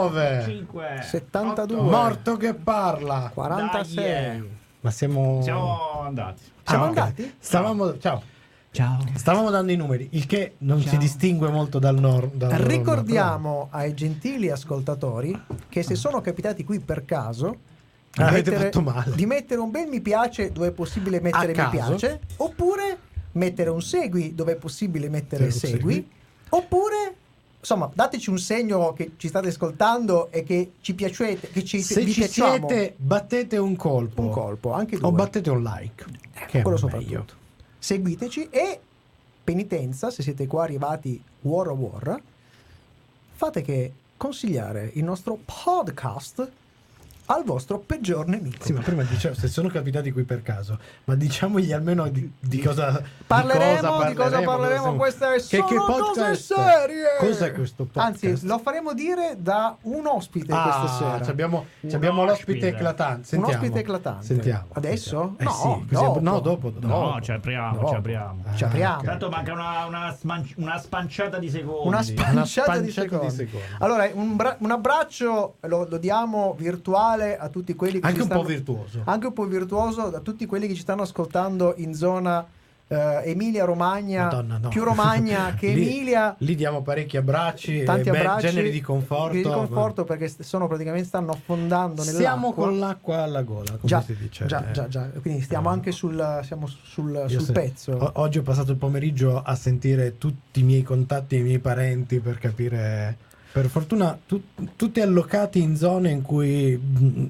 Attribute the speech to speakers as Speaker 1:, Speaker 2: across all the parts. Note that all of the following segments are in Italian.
Speaker 1: 79
Speaker 2: 5
Speaker 3: 72.
Speaker 1: Morto che parla
Speaker 3: 46.
Speaker 1: ma siamo
Speaker 2: eh, Siamo andati.
Speaker 3: Siamo
Speaker 1: ok.
Speaker 3: andati?
Speaker 1: stavamo ciao
Speaker 4: Ciao.
Speaker 1: stavamo dando i numeri il che non
Speaker 4: Ciao.
Speaker 1: si distingue molto dal nord dal nord,
Speaker 3: Ricordiamo ai gentili ascoltatori che se sono capitati qui per caso di
Speaker 1: Avete fatto male.
Speaker 3: di mettere un bel mi piace dove è possibile mettere mi
Speaker 1: caso.
Speaker 3: piace oppure mettere un segui dove è possibile mettere
Speaker 1: Sì, un
Speaker 3: segui,
Speaker 1: segui.
Speaker 3: oppure insomma dateci un segno che ci state ascoltando e che ci piacete che ci,
Speaker 1: se
Speaker 3: vi
Speaker 1: ci
Speaker 3: piacciamo.
Speaker 1: siete battete un colpo
Speaker 3: un colpo anche due Eh,
Speaker 1: o battete un like che è
Speaker 3: quello
Speaker 1: meglio.
Speaker 3: soprattutto seguiteci e penitenza se siete qua arrivati war o war fate che consigliare il nostro podcast al vostro peggior nemico
Speaker 1: Sì, ma prima dicevo, se sono capitati qui per caso, ma diciamogli almeno di, di cosa
Speaker 3: Parleremo,
Speaker 1: di
Speaker 3: di cosa parleremo, questa è
Speaker 1: che, che
Speaker 3: solo cose
Speaker 1: podcast è?
Speaker 3: serie.
Speaker 1: Cos'è questo podcast?
Speaker 3: Anzi, lo faremo dire da un ospite
Speaker 1: ah,
Speaker 3: questa sera.
Speaker 1: ci abbiamo, ci
Speaker 2: Un
Speaker 1: abbiamo l'ospite
Speaker 2: ospite.
Speaker 1: eclatante.
Speaker 3: Un
Speaker 1: Sentiamo.
Speaker 3: ospite eclatante.
Speaker 1: Sentiamo.
Speaker 3: Adesso?
Speaker 1: Eh
Speaker 3: No,
Speaker 1: sì, così-
Speaker 3: dopo.
Speaker 1: no, dopo. dopo.
Speaker 2: No, ci apriamo,
Speaker 3: No.
Speaker 2: ci apriamo.
Speaker 1: Ah,
Speaker 3: Ci apriamo.
Speaker 1: ok.
Speaker 2: Tanto manca una, una sman- una spanciata di secondi.
Speaker 3: Una
Speaker 1: Una
Speaker 3: spanciata
Speaker 1: spanciata
Speaker 3: di secondi.
Speaker 1: di secondi.
Speaker 3: Allora, un, bra- un abbraccio lo, lo diamo virtuale a tutti quelli che
Speaker 1: Anche
Speaker 3: ci
Speaker 1: un
Speaker 3: stanno
Speaker 1: po' virtuoso.
Speaker 3: anche un po' virtuoso da tutti quelli che ci stanno ascoltando in zona Emilia Romagna,
Speaker 1: Madonna, no.
Speaker 3: più Romagna che
Speaker 1: Lì-
Speaker 3: Emilia.
Speaker 1: Lì diamo parecchi abbracci,
Speaker 3: Tanti
Speaker 1: e be-
Speaker 3: abbracci,
Speaker 1: generi di conforto. eh,
Speaker 3: di conforto perché st- sono praticamente stanno affondando nell'acqua.
Speaker 1: Siamo con l'acqua alla gola, come
Speaker 3: già,
Speaker 1: si dice.
Speaker 3: già,
Speaker 1: Eh.
Speaker 3: già, già. Quindi stiamo
Speaker 1: Eh.
Speaker 3: anche sul, siamo sul,
Speaker 1: Io
Speaker 3: sul
Speaker 1: se- Oh,
Speaker 3: pezzo.
Speaker 1: o- oggi ho passato il pomeriggio a sentire tutti i miei contatti e i miei parenti per capire. Per fortuna, tu- tutti allocati in zone in cui. mh,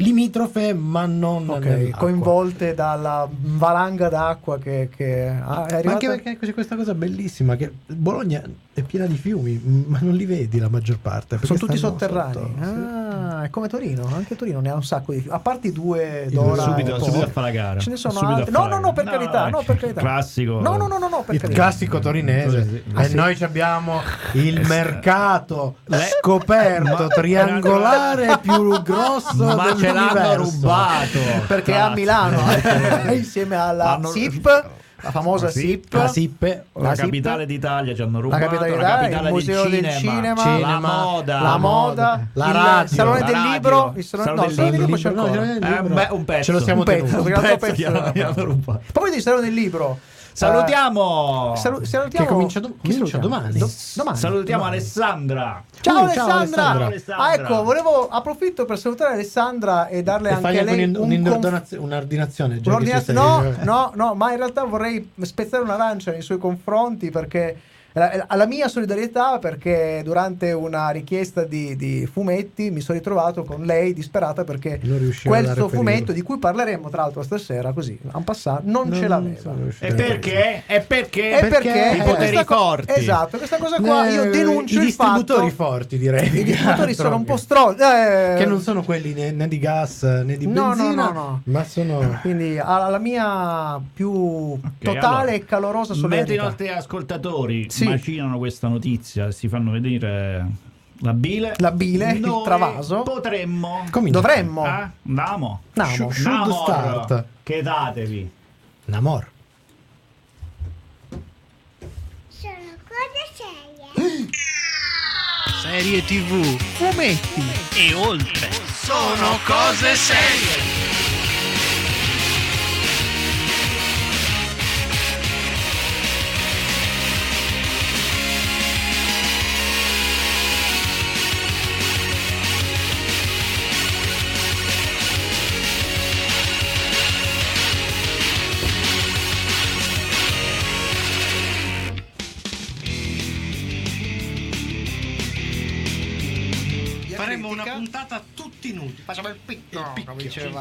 Speaker 1: limitrofe, ma non
Speaker 3: Ok,
Speaker 1: nell'acqua.
Speaker 3: coinvolte dalla valanga d'acqua che, che ah, è
Speaker 1: Ma
Speaker 3: arrivata.
Speaker 1: anche perché c'è questa cosa bellissima che Bologna è piena di fiumi, mh, ma non li vedi la maggior parte. perché
Speaker 3: sono tutti
Speaker 1: stanno
Speaker 3: sotterranei.
Speaker 1: sotto.
Speaker 3: Ah, è come Torino, anche Torino ne ha un sacco di A parte i due
Speaker 1: I due
Speaker 3: d'ora.
Speaker 1: subito-
Speaker 3: e
Speaker 1: subito
Speaker 3: poi.
Speaker 1: a
Speaker 2: fare la gara.
Speaker 3: Ce ne sono altri. No, no, no, per carità, no, per carità.
Speaker 2: Classico.
Speaker 3: No, no, no, no, no, per
Speaker 1: Il
Speaker 3: carità.
Speaker 1: classico torinese.
Speaker 2: Ah,
Speaker 1: e
Speaker 3: sì.
Speaker 1: noi ci abbiamo il mercato
Speaker 2: Le-
Speaker 1: scoperto
Speaker 2: Ma-
Speaker 1: triangolare più grosso
Speaker 2: Ma ce l'hanno
Speaker 1: dell'universo.
Speaker 2: rubato.
Speaker 3: Perché a Milano, eh, insieme alla
Speaker 2: Hanno-
Speaker 3: SIP, la famosa
Speaker 1: Ah,
Speaker 2: Sì.
Speaker 3: SIP,
Speaker 1: La Sippe,
Speaker 2: La,
Speaker 3: La
Speaker 2: capitale d'Italia ci hanno rubato.
Speaker 3: La
Speaker 2: La
Speaker 3: capitale
Speaker 2: capitale,
Speaker 3: d'Italia, il
Speaker 2: del
Speaker 3: museo del
Speaker 2: cinema,
Speaker 3: cinema,
Speaker 2: la
Speaker 1: cinema,
Speaker 2: moda,
Speaker 3: la moda,
Speaker 1: moda, la
Speaker 3: il
Speaker 1: radio,
Speaker 3: salone
Speaker 2: la
Speaker 3: del
Speaker 2: radio,
Speaker 3: libro, il salone,
Speaker 2: salone
Speaker 3: no,
Speaker 2: del
Speaker 3: il salone del libro
Speaker 2: libro,
Speaker 3: c'è
Speaker 1: no,
Speaker 3: ancora.
Speaker 1: il
Speaker 2: Eh,
Speaker 1: libro.
Speaker 2: beh, un pezzo.
Speaker 1: Ce lo siamo
Speaker 3: Un pezzo,
Speaker 1: tenuti.
Speaker 3: perché l'altro
Speaker 2: pezzo
Speaker 3: pezzo
Speaker 2: che hanno-
Speaker 3: era-
Speaker 2: che hanno rubato.
Speaker 3: Proprio di salone del libro.
Speaker 2: Salutiamo.
Speaker 3: Eh, salu-
Speaker 1: Che
Speaker 3: salutiamo
Speaker 1: comincia dom-
Speaker 3: chi
Speaker 1: comincia
Speaker 3: salutiamo?
Speaker 1: domani.
Speaker 3: Do- domani.
Speaker 2: Salutiamo Alessandra.
Speaker 3: Ciao,
Speaker 1: Uh, ciao,
Speaker 3: Alessandra.
Speaker 1: Alessandra.
Speaker 3: Ah, ecco, volevo approfitto per salutare Alessandra e darle
Speaker 1: E fai
Speaker 3: anche a lei
Speaker 1: anche
Speaker 3: un
Speaker 1: un'in-
Speaker 3: conf-
Speaker 1: un'ordinazio- un'ordinazione. già che ci
Speaker 3: Un'ordinanza-
Speaker 1: sei.
Speaker 3: No, no, no, ma in realtà vorrei spezzare un'arancia nei suoi confronti perché eh, alla mia solidarietà perché durante una richiesta di, di fumetti mi sono ritrovato con lei disperata perché
Speaker 1: Non riuscivo a
Speaker 3: questo
Speaker 1: reperire.
Speaker 3: fumetto di cui parleremo tra l'altro stasera così un passato non, ce l'aveva
Speaker 1: sono riuscito
Speaker 2: E
Speaker 1: a reperire.
Speaker 2: perché? E perché?
Speaker 3: e perché,
Speaker 1: perché-
Speaker 2: I
Speaker 3: eh,
Speaker 2: poteri
Speaker 3: questa co-
Speaker 2: forti.
Speaker 3: esatto questa cosa qua
Speaker 1: Eh,
Speaker 3: io denuncio
Speaker 1: I
Speaker 3: il fatto
Speaker 1: distributori forti, direi.
Speaker 3: i distributori sono un po'
Speaker 1: stronzi
Speaker 3: stronzi eh,
Speaker 1: Che non sono quelli né, né di gas né di
Speaker 3: No, no,
Speaker 1: benzina,
Speaker 3: no, no.
Speaker 1: ma sono.
Speaker 3: quindi alla alla mia più totale
Speaker 2: allora,
Speaker 3: e calorosa
Speaker 2: Mentre i
Speaker 3: solidarietà
Speaker 2: nostri ascoltatori
Speaker 3: Sì.
Speaker 2: macinano questa notizia e si fanno vedere la bile,
Speaker 3: La bile, il
Speaker 2: noi
Speaker 3: travaso. Ah?
Speaker 2: potremmo
Speaker 1: Comincia.
Speaker 3: dovremmo
Speaker 2: Eh? Andiamo.
Speaker 3: Andiamo.
Speaker 1: Should- should
Speaker 2: Andiamo.
Speaker 1: start.
Speaker 2: Chetatevi.
Speaker 1: Namor.
Speaker 5: Sono cose serie.
Speaker 6: Serie TV
Speaker 3: fumetti
Speaker 6: e oltre. Sono cose serie. Faremo una puntata tutti nudi. Facciamo il picco.
Speaker 2: picchiamo.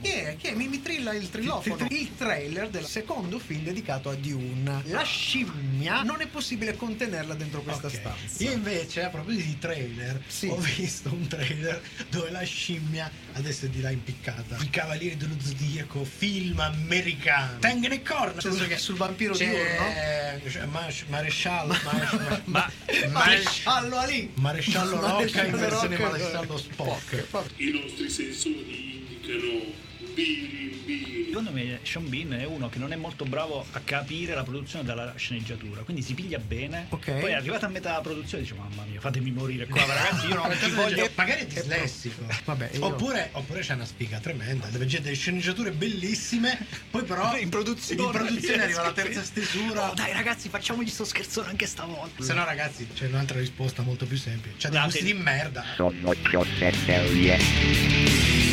Speaker 3: Chi è? Chi è? Mi, mi trilla il trilofono. Il trailer del secondo film dedicato a Dune. La scimmia non è possibile contenerla dentro questa
Speaker 1: Ok.
Speaker 3: stanza.
Speaker 1: Io invece, a proposito di trailer,
Speaker 3: Sì.
Speaker 1: ho visto un trailer dove la scimmia adesso è di là impiccata. I Cavalieri dello Zodiaco, film americano. Tengene corno! Nel senso che
Speaker 3: sul vampiro
Speaker 1: c'è eh, Mash- Maresciallo, Mash- Mash-
Speaker 6: Ma-
Speaker 1: Maresci-
Speaker 3: Allo lì.
Speaker 1: Maresciallo Rocca in versione
Speaker 3: Maresciallo
Speaker 1: Maresciallo Spock.
Speaker 7: I nostri sensori indicano
Speaker 4: buttano biri in biri.
Speaker 7: Secondo me Sean Bean è uno che non è molto bravo a capire la produzione dalla sceneggiatura, quindi si piglia bene,
Speaker 3: Ok.
Speaker 7: poi è arrivato a metà produzione e dice mamma mia fatemi morire qua ragazzi io non ci voglio...
Speaker 8: magari è dislessico.
Speaker 3: Vabbè, io-
Speaker 8: Oppure, oppure c'è una spiga tremenda, dove c'è delle sceneggiature bellissime, poi però
Speaker 7: In produzione,
Speaker 8: in produzione
Speaker 7: non
Speaker 8: arriva la
Speaker 7: riesco.
Speaker 8: terza stesura.
Speaker 7: Oh, dai ragazzi facciamogli sto scherzone anche stavolta.
Speaker 8: Se no ragazzi c'è un'altra risposta molto più semplice. C'è dei
Speaker 7: Date-
Speaker 8: gusti di merda.
Speaker 9: Sono cose serie.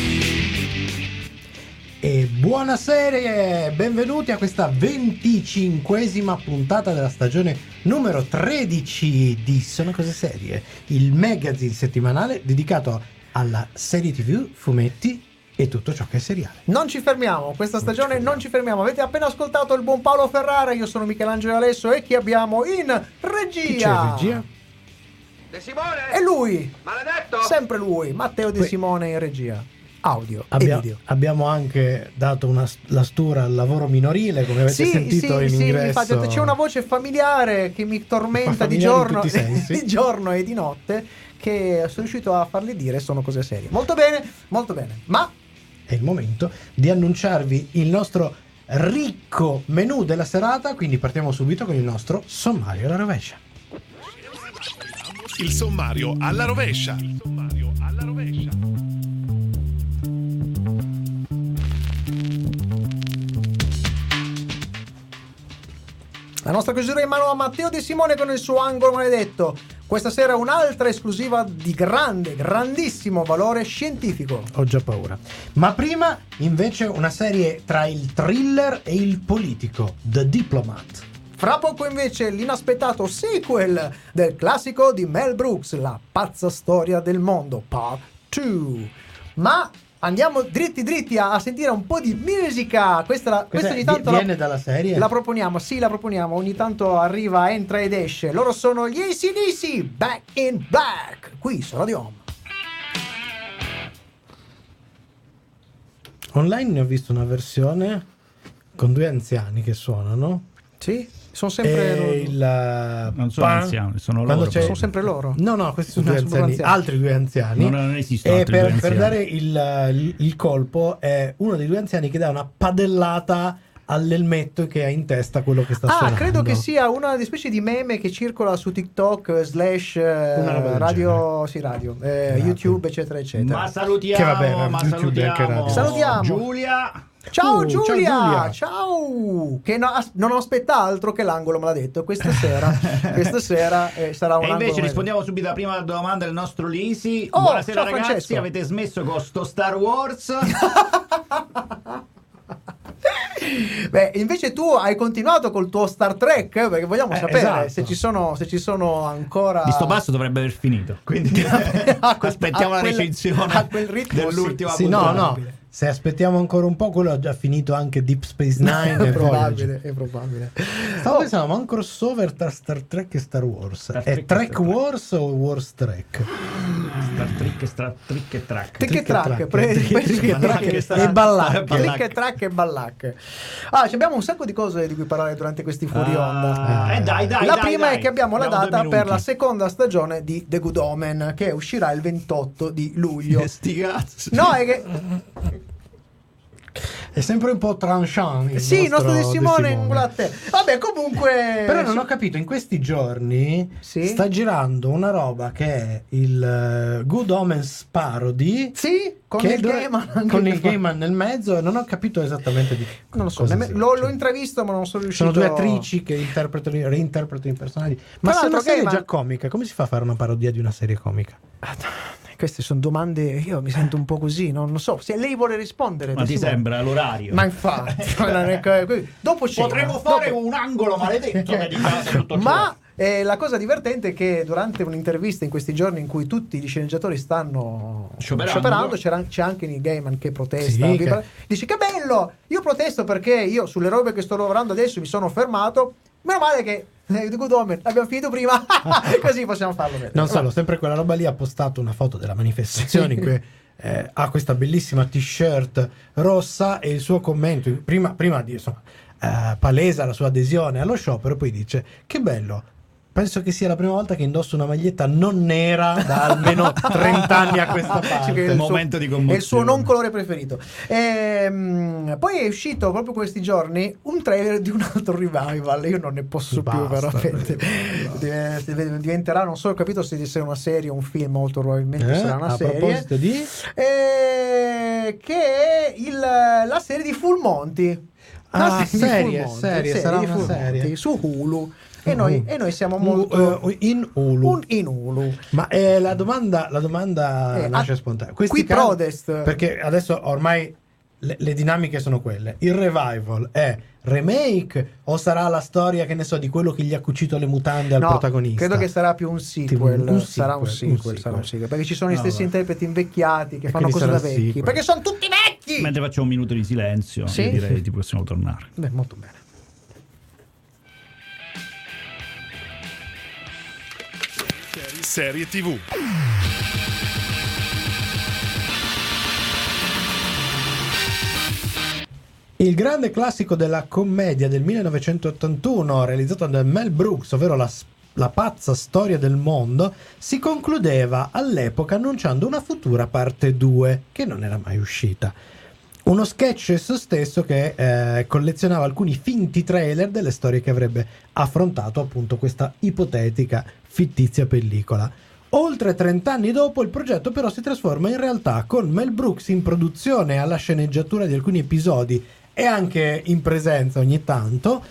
Speaker 1: E buona serie! Benvenuti a questa venticinquesima puntata della stagione numero 13 di Sono Cose Serie, il magazine settimanale dedicato alla serie TV, fumetti e tutto ciò che è seriale.
Speaker 3: Non ci fermiamo, questa stagione non ci fermiamo. Avete appena ascoltato il buon Paolo Ferrara, io sono Michelangelo Alesso e chi abbiamo in regia?
Speaker 1: Chi c'è in regia?
Speaker 6: De Simone!
Speaker 3: E lui,
Speaker 6: Maledetto!
Speaker 3: sempre lui, Matteo De
Speaker 1: Beh.
Speaker 3: Simone in regia. Audio e
Speaker 1: Abbia-
Speaker 3: video.
Speaker 1: abbiamo anche dato una, s- la stura al lavoro minorile, come avete sentito in ingresso.
Speaker 3: infatti, ho detto, c'è una voce familiare che mi tormenta di
Speaker 1: Familiare in
Speaker 3: giorno,
Speaker 1: tutti i sensi.
Speaker 3: di giorno e di notte che sono riuscito a farle dire sono cose serie. Molto bene, molto bene. Ma
Speaker 1: È il momento di annunciarvi il nostro ricco menù della serata, quindi partiamo subito con il nostro sommario alla rovescia.
Speaker 10: Il sommario alla rovescia.
Speaker 3: La nostra chiusura è in mano a Matteo De Simone con il suo angolo maledetto. Questa sera un'altra esclusiva di grande, grandissimo valore scientifico.
Speaker 1: Ho già paura. Ma prima, invece, una serie tra il thriller e il politico, The Diplomat.
Speaker 3: Fra poco invece l'inaspettato sequel del classico di Mel Brooks, La pazza storia del mondo, part 2. Ma andiamo dritti dritti a, a sentire un po' di musica. Questa, la-
Speaker 1: Questa
Speaker 3: questa ogni
Speaker 1: vi-
Speaker 3: tanto
Speaker 1: viene
Speaker 3: la,
Speaker 1: dalla serie?
Speaker 3: la proponiamo, sì la proponiamo, ogni tanto arriva, entra ed esce. Loro sono gli ACDC, Back in Black, qui su Radio Home.
Speaker 1: Online ne ho visto una versione con due anziani che suonano.
Speaker 3: Sì, sono sempre loro.
Speaker 1: E Eh, il
Speaker 2: Non sono
Speaker 1: pan-
Speaker 2: anziani, sono
Speaker 1: quando
Speaker 2: loro
Speaker 1: c'è-
Speaker 2: proprio.
Speaker 3: sono sempre loro.
Speaker 1: No, no, questi sono
Speaker 3: No,
Speaker 1: due
Speaker 3: sono
Speaker 1: anziani,
Speaker 3: proprio anziani.
Speaker 1: altri due anziani.
Speaker 2: Non- non esistono
Speaker 3: eh,
Speaker 1: E
Speaker 2: altri
Speaker 1: per,
Speaker 2: due
Speaker 1: per
Speaker 2: anziani.
Speaker 1: dare il, il- il colpo è uno dei due anziani che dà una padellata all'elmetto che ha in testa quello che sta
Speaker 3: Ah,
Speaker 1: suonando.
Speaker 3: credo che sia una di- specie di meme che circola su TikTok, eh, slash eh,
Speaker 1: Una roba del
Speaker 3: radio, sì, radio, eh,
Speaker 1: Esatto.
Speaker 3: YouTube, eccetera, eccetera.
Speaker 2: Ma salutiamo,
Speaker 1: Che vabbè, ma
Speaker 2: ma
Speaker 1: YouTube è anche
Speaker 2: salutiamo.
Speaker 1: radio.
Speaker 3: Salutiamo.
Speaker 2: Giulia.
Speaker 3: Ciao,
Speaker 1: Oh, ciao,
Speaker 3: Giulia,
Speaker 1: Giulia.
Speaker 3: ciao! Che no- as- non aspetta altro che l'angolo maledetto. Questa sera, questa sera eh, sarà un
Speaker 2: E
Speaker 3: angolo
Speaker 2: invece
Speaker 3: maledetto.
Speaker 2: rispondiamo subito alla prima domanda del nostro Lisi.
Speaker 3: Oh,
Speaker 2: Buonasera
Speaker 3: ciao,
Speaker 2: ragazzi,
Speaker 3: Francesco.
Speaker 2: avete smesso con sto Star Wars?
Speaker 3: Beh, invece tu hai continuato col tuo Star Trek, eh, perché vogliamo
Speaker 1: Eh,
Speaker 3: sapere
Speaker 1: esatto.
Speaker 3: se, ci sono, se ci sono ancora...
Speaker 2: Di sto passo dovrebbe aver finito. Quindi aspettiamo
Speaker 3: a
Speaker 2: la
Speaker 3: quel-
Speaker 2: recensione
Speaker 3: a quel ritmo,
Speaker 2: dell'ultima
Speaker 1: Sì, no,
Speaker 2: puntata.
Speaker 1: no. Se aspettiamo ancora un po', quello ha già finito anche Deep Space Nine.
Speaker 3: è
Speaker 1: e
Speaker 3: probabile, Oh.
Speaker 1: Voyager.
Speaker 3: è probabile.
Speaker 1: Stavo pensando, ma un crossover tra Star Trek e Star Wars.
Speaker 2: Star Trek
Speaker 1: è
Speaker 2: e
Speaker 1: Trek
Speaker 2: Star Trek.
Speaker 1: Wars o Wars Trek?
Speaker 2: Star Trick, stra, trick e track.
Speaker 3: Trick e
Speaker 1: Trick e
Speaker 3: track,
Speaker 1: track,
Speaker 3: pre-
Speaker 1: trick e
Speaker 3: penso
Speaker 1: trick
Speaker 3: che
Speaker 1: e
Speaker 3: track
Speaker 1: track
Speaker 3: che
Speaker 1: e
Speaker 3: sarà-
Speaker 1: ballacche.
Speaker 3: Trick e track e ballacche. Ah, ci abbiamo un sacco di cose di cui parlare durante questi fuori onda.
Speaker 2: Ah, eh, dai, dai,
Speaker 3: la
Speaker 2: dai,
Speaker 3: prima
Speaker 2: dai.
Speaker 3: è che abbiamo la
Speaker 2: due
Speaker 3: data per
Speaker 2: minuti.
Speaker 3: la seconda stagione di The Good Omen che uscirà il 28 di luglio.
Speaker 2: Eh, Sti cazzi.
Speaker 3: No, è che
Speaker 1: È sempre un po' tranchant. Il
Speaker 3: sì, il nostro De Simone in
Speaker 1: Simone.
Speaker 3: latte. Vabbè, comunque
Speaker 1: Però non ho capito, in questi giorni
Speaker 3: Eh, Sì?
Speaker 1: sta girando una roba che è il eh, Good Omens Parody.
Speaker 3: Sì, con
Speaker 1: che
Speaker 3: il
Speaker 1: dove-
Speaker 3: Gaiman anche
Speaker 1: con il
Speaker 3: fa-
Speaker 1: Gaiman nel mezzo e non ho capito esattamente di
Speaker 3: Non lo so,
Speaker 1: cosa
Speaker 3: nemmeno-
Speaker 1: sia.
Speaker 3: l'ho,
Speaker 1: Cioè,
Speaker 3: l'ho intravisto ma non sono riuscito
Speaker 1: sono due attrici che interpretano, i- reinterpretano i personaggi. Ma
Speaker 3: Tra
Speaker 1: se
Speaker 3: l'altro
Speaker 1: una serie è
Speaker 3: Gaiman-
Speaker 1: già comica, come si fa a fare una parodia di una serie comica?
Speaker 3: Queste sono domande, io mi sento un po' così, no? non so, se lei vuole rispondere.
Speaker 2: Ma
Speaker 3: De
Speaker 2: ti
Speaker 3: Simone.
Speaker 2: sembra l'orario?
Speaker 3: Ma infatti, ma non è co- qui- dopo c'è.
Speaker 2: Potremmo fare un angolo maledetto che dedicato a tutto ciò.
Speaker 3: Ma eh, la cosa divertente è che durante un'intervista in questi giorni in cui tutti gli sceneggiatori stanno
Speaker 2: Scioperando.
Speaker 3: c'era- c'è anche Neil Gaiman che protesta.
Speaker 1: Sì,
Speaker 3: vi
Speaker 1: che-
Speaker 3: par- Dice che bello, io protesto perché io sulle robe che sto lavorando adesso mi sono fermato. Meno male che eh, The Good Omen l'abbiamo finito prima, così possiamo farlo. vedere.
Speaker 1: Non so,
Speaker 3: Vabbè.
Speaker 1: lo- sempre quella roba lì ha postato una foto della manifestazione in cui eh, ha questa bellissima t-shirt rossa e il suo commento, prima, prima di, insomma, eh, palesa la sua adesione allo sciopero, poi dice che bello, Penso che sia la prima volta che indosso una maglietta non nera da almeno 30 anni a questa
Speaker 3: Sì, che è
Speaker 1: parte.
Speaker 3: il
Speaker 2: Momento
Speaker 3: suo-
Speaker 2: di commozione.
Speaker 3: È il suo non colore preferito. Ehm, poi è uscito proprio questi giorni un trailer di un altro revival. Io non ne posso più,
Speaker 1: Basta,
Speaker 3: veramente. Div- div- Diventerà, non so, ho capito se se è una serie o un film, molto probabilmente
Speaker 1: Eh,
Speaker 3: sarà una
Speaker 1: a
Speaker 3: serie.
Speaker 1: proposito di...
Speaker 3: Eh, che è il- la serie di Full Monty. La
Speaker 1: Ah, serie,
Speaker 3: Full Monty,
Speaker 1: serie, sarà
Speaker 3: di
Speaker 1: una
Speaker 3: Full
Speaker 1: serie.
Speaker 3: Monty, su Hulu. E noi, e noi siamo
Speaker 1: U-
Speaker 3: molto
Speaker 1: eh, in Hulu.
Speaker 3: un- in Hulu.
Speaker 1: Ma eh, la domanda, la domanda
Speaker 3: Eh,
Speaker 1: nasce
Speaker 3: a-
Speaker 1: spontanea.
Speaker 3: qui
Speaker 1: can-
Speaker 3: Prodest.
Speaker 1: Perché adesso ormai le, le dinamiche sono quelle. Il revival è remake o sarà la storia, che ne so, di quello che gli ha cucito le mutande al
Speaker 3: No,
Speaker 1: protagonista?
Speaker 3: Credo che sarà più un sequel.
Speaker 1: Tipo un
Speaker 3: sarà un
Speaker 1: sequel, un
Speaker 3: sequel, sarà
Speaker 1: sequel.
Speaker 3: un sequel, Perché ci sono gli
Speaker 2: No,
Speaker 3: stessi
Speaker 2: vabbè.
Speaker 3: interpreti invecchiati che
Speaker 1: E
Speaker 3: fanno
Speaker 1: quindi
Speaker 3: cose
Speaker 1: sarà
Speaker 3: da
Speaker 1: un
Speaker 3: vecchi.
Speaker 1: sequel.
Speaker 3: Perché sono tutti vecchi!
Speaker 2: Mentre facciamo un minuto di silenzio,
Speaker 3: Sì.
Speaker 2: io direi che possiamo tornare.
Speaker 3: Beh, molto bene.
Speaker 10: Serie TV.
Speaker 1: Il grande classico della commedia del 1981, realizzato da Mel Brooks, ovvero la, s- la pazza storia del mondo, si concludeva all'epoca annunciando una futura parte 2, che non era mai uscita. Uno sketch esso stesso che eh, collezionava alcuni finti trailer delle storie che avrebbe affrontato appunto questa ipotetica fittizia pellicola. Oltre 30 anni dopo il progetto però si trasforma in realtà con Mel Brooks in produzione alla sceneggiatura di alcuni episodi e anche in presenza ogni tanto,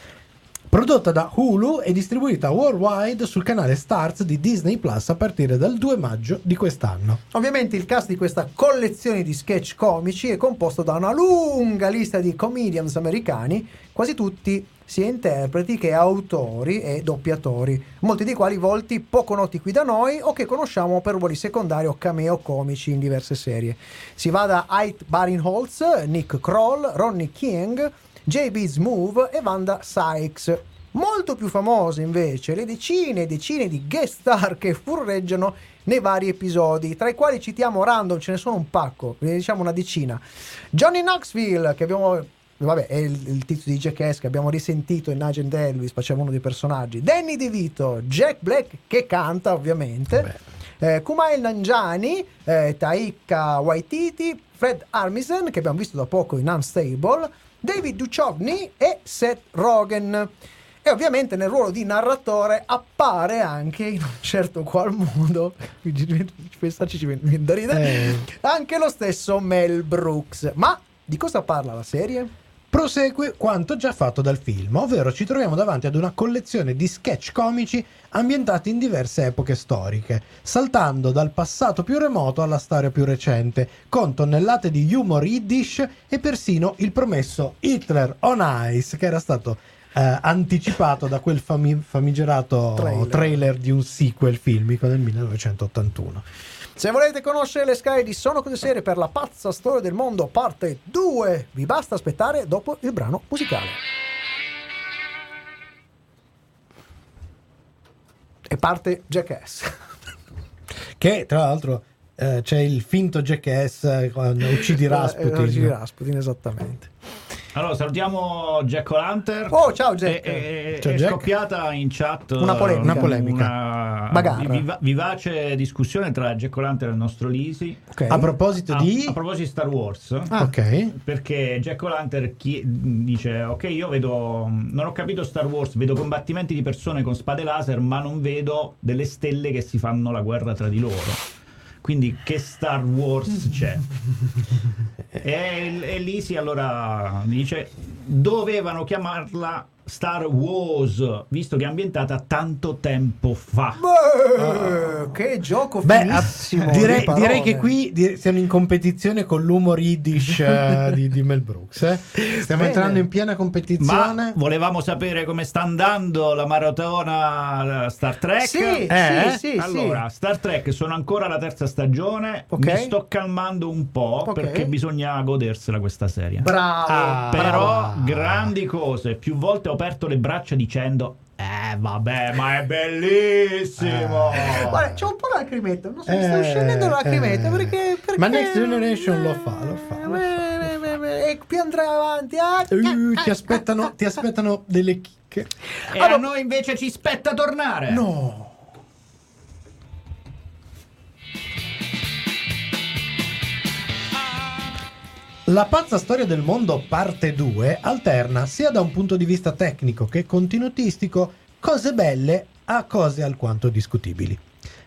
Speaker 1: prodotta da Hulu e distribuita worldwide sul canale Starz di Disney Plus a partire dal 2 maggio di quest'anno.
Speaker 3: Ovviamente il cast di questa collezione di sketch comici è composto da una lunga lista di comedians americani, quasi tutti sia interpreti che autori e doppiatori, molti dei quali volti poco noti qui da noi o che conosciamo per ruoli secondari o cameo comici in diverse serie. Si va da Ait Barinholtz, Nick Kroll, Ronnie King, JB Smoove e Wanda Sykes. Molto più famose invece le decine e decine di guest star che furreggiano nei vari episodi, tra i quali citiamo random, ce ne sono un pacco, ne diciamo una decina. Johnny Knoxville, che abbiamo... Vabbè, è il, il titolo di Jackass che abbiamo risentito in Agent Elvis, faceva uno dei personaggi. Danny DeVito, Jack Black che canta ovviamente. Eh, Kumail Nanjiani, eh, Taika Waititi, Fred Armisen, che abbiamo visto da poco in Unstable, David Duchovny e Seth Rogen. E ovviamente nel ruolo di narratore appare anche in un certo qual modo, pensarci ci viene da ridere,
Speaker 1: Eh.
Speaker 3: anche lo stesso Mel Brooks. Ma di cosa parla la serie?
Speaker 1: prosegue quanto già fatto dal film, ovvero ci troviamo davanti ad una collezione di sketch comici ambientati in diverse epoche storiche, saltando dal passato più remoto alla storia più recente, con tonnellate di humor yiddish e persino il promesso Hitler on Ice, che era stato eh, anticipato da quel fami- famigerato
Speaker 3: Trailer.
Speaker 1: trailer. di un sequel filmico del 1981.
Speaker 3: Se volete conoscere le sky di Sono Cose Serie per la pazza storia del mondo parte 2, vi basta aspettare dopo il brano musicale. E parte Jackass.
Speaker 1: Che tra l'altro eh, c'è il finto jackass eh, quando uccidi Rasputin.
Speaker 3: Eh, Uccidi Rasputin, esattamente.
Speaker 2: Allora, salutiamo Jack O'Lantern.
Speaker 3: Oh, ciao, Jack.
Speaker 2: È, è-
Speaker 1: Ciao,
Speaker 2: è
Speaker 1: Jack.
Speaker 2: scoppiata in chat
Speaker 3: Una polemica.
Speaker 1: Una polemica.
Speaker 2: una
Speaker 3: Bagarra.
Speaker 2: viva- vivace discussione tra Jack O'Lantern e il nostro Lisi.
Speaker 3: Ok.
Speaker 1: A proposito
Speaker 2: A,
Speaker 1: di...
Speaker 2: Ah, a proposito di Star Wars.
Speaker 1: Ah, ok.
Speaker 2: Perché Jack O'Lantern chi- dice: Ok, io vedo. Non ho capito Star Wars, vedo combattimenti di persone con spade laser, ma non vedo delle stelle che si fanno la guerra tra di loro. Quindi, che Star Wars c'è? e, e lì si allora dice: Dovevano chiamarla Star Wars, visto che è ambientata tanto tempo fa.
Speaker 3: Beh, che gioco
Speaker 1: Ah. Beh, a-
Speaker 3: finissimo di
Speaker 1: direi,
Speaker 3: parole.
Speaker 1: direi che qui di- siamo in competizione con l'umor yiddish eh, di, di Mel Brooks. eh. Stiamo
Speaker 3: Bene.
Speaker 1: entrando in piena
Speaker 2: Ma
Speaker 1: competizione.
Speaker 2: volevamo sapere come sta andando la maratona eh, Star Trek.
Speaker 3: Sì,
Speaker 1: Eh?
Speaker 3: sì, sì,
Speaker 2: allora, Star Trek sono ancora alla terza stagione.
Speaker 3: Ok.
Speaker 2: Mi sto calmando un po'
Speaker 3: Ok.
Speaker 2: perché bisogna godersela questa serie.
Speaker 3: sì. Bravo.
Speaker 1: Ah,
Speaker 2: Però
Speaker 1: bravo.
Speaker 2: grandi cose. Più volte ho aperto le braccia dicendo: Eh, vabbè, ma è bellissimo.
Speaker 3: Guarda, c'ho un po' la lacrimetta, non so, mi
Speaker 1: Eh,
Speaker 3: sta uscendo la lacrimetta
Speaker 1: eh.
Speaker 3: perché, perché-
Speaker 1: Ma Next Generation lo fa, lo fa, lo
Speaker 3: Eh, eh, eh, eh, andrai, più andrai avanti. Ah,
Speaker 1: Uh, ti, aspettano, ti aspettano delle chicche.
Speaker 2: E
Speaker 3: Ah,
Speaker 2: a
Speaker 3: ma-
Speaker 2: noi invece ci spetta tornare.
Speaker 1: No. La pazza storia del mondo parte 2 alterna sia da un punto di vista tecnico che contenutistico cose belle a cose alquanto discutibili.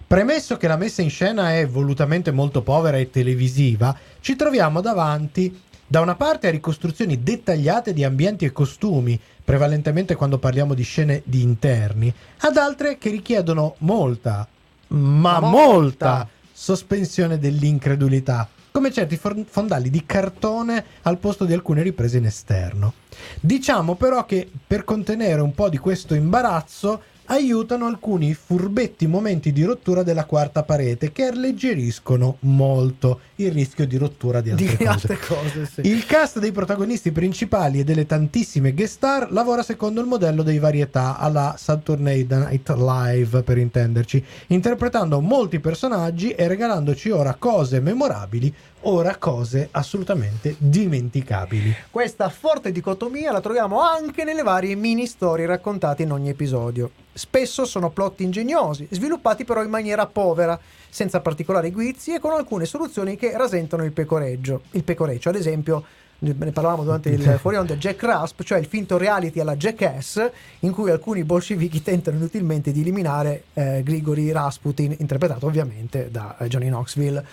Speaker 1: Premesso che la messa in scena è volutamente molto povera e televisiva, ci troviamo davanti da una parte a ricostruzioni dettagliate di ambienti e costumi, prevalentemente quando parliamo di scene di interni, ad altre che richiedono molta, ma
Speaker 3: Ma
Speaker 1: molta,
Speaker 3: molta,
Speaker 1: sospensione dell'incredulità, come certi for- fondali di cartone al posto di alcune riprese in esterno. Diciamo però che per contenere un po' di questo imbarazzo aiutano alcuni furbetti momenti di rottura della quarta parete che alleggeriscono molto il rischio di rottura di altre
Speaker 3: di
Speaker 1: cose.
Speaker 3: altre cose, sì.
Speaker 1: Il cast dei protagonisti principali e delle tantissime guest star lavora secondo il modello dei varietà alla Saturday Night Live per intenderci, interpretando molti personaggi e regalandoci ora cose memorabili, ora cose assolutamente dimenticabili.
Speaker 3: Questa forte dicotomia la troviamo anche nelle varie mini storie raccontate in ogni episodio. Spesso sono plot ingegnosi, sviluppati però in maniera povera, senza particolari guizzi e con alcune soluzioni che rasentano il pecoreggio. Il pecoreggio, ad esempio, ne ne parlavamo durante il fuori onda Jack Rasp, cioè il finto reality alla Jackass, in cui alcuni bolscevichi tentano inutilmente di eliminare eh, Grigori Rasputin, interpretato ovviamente da eh, Johnny Knoxville.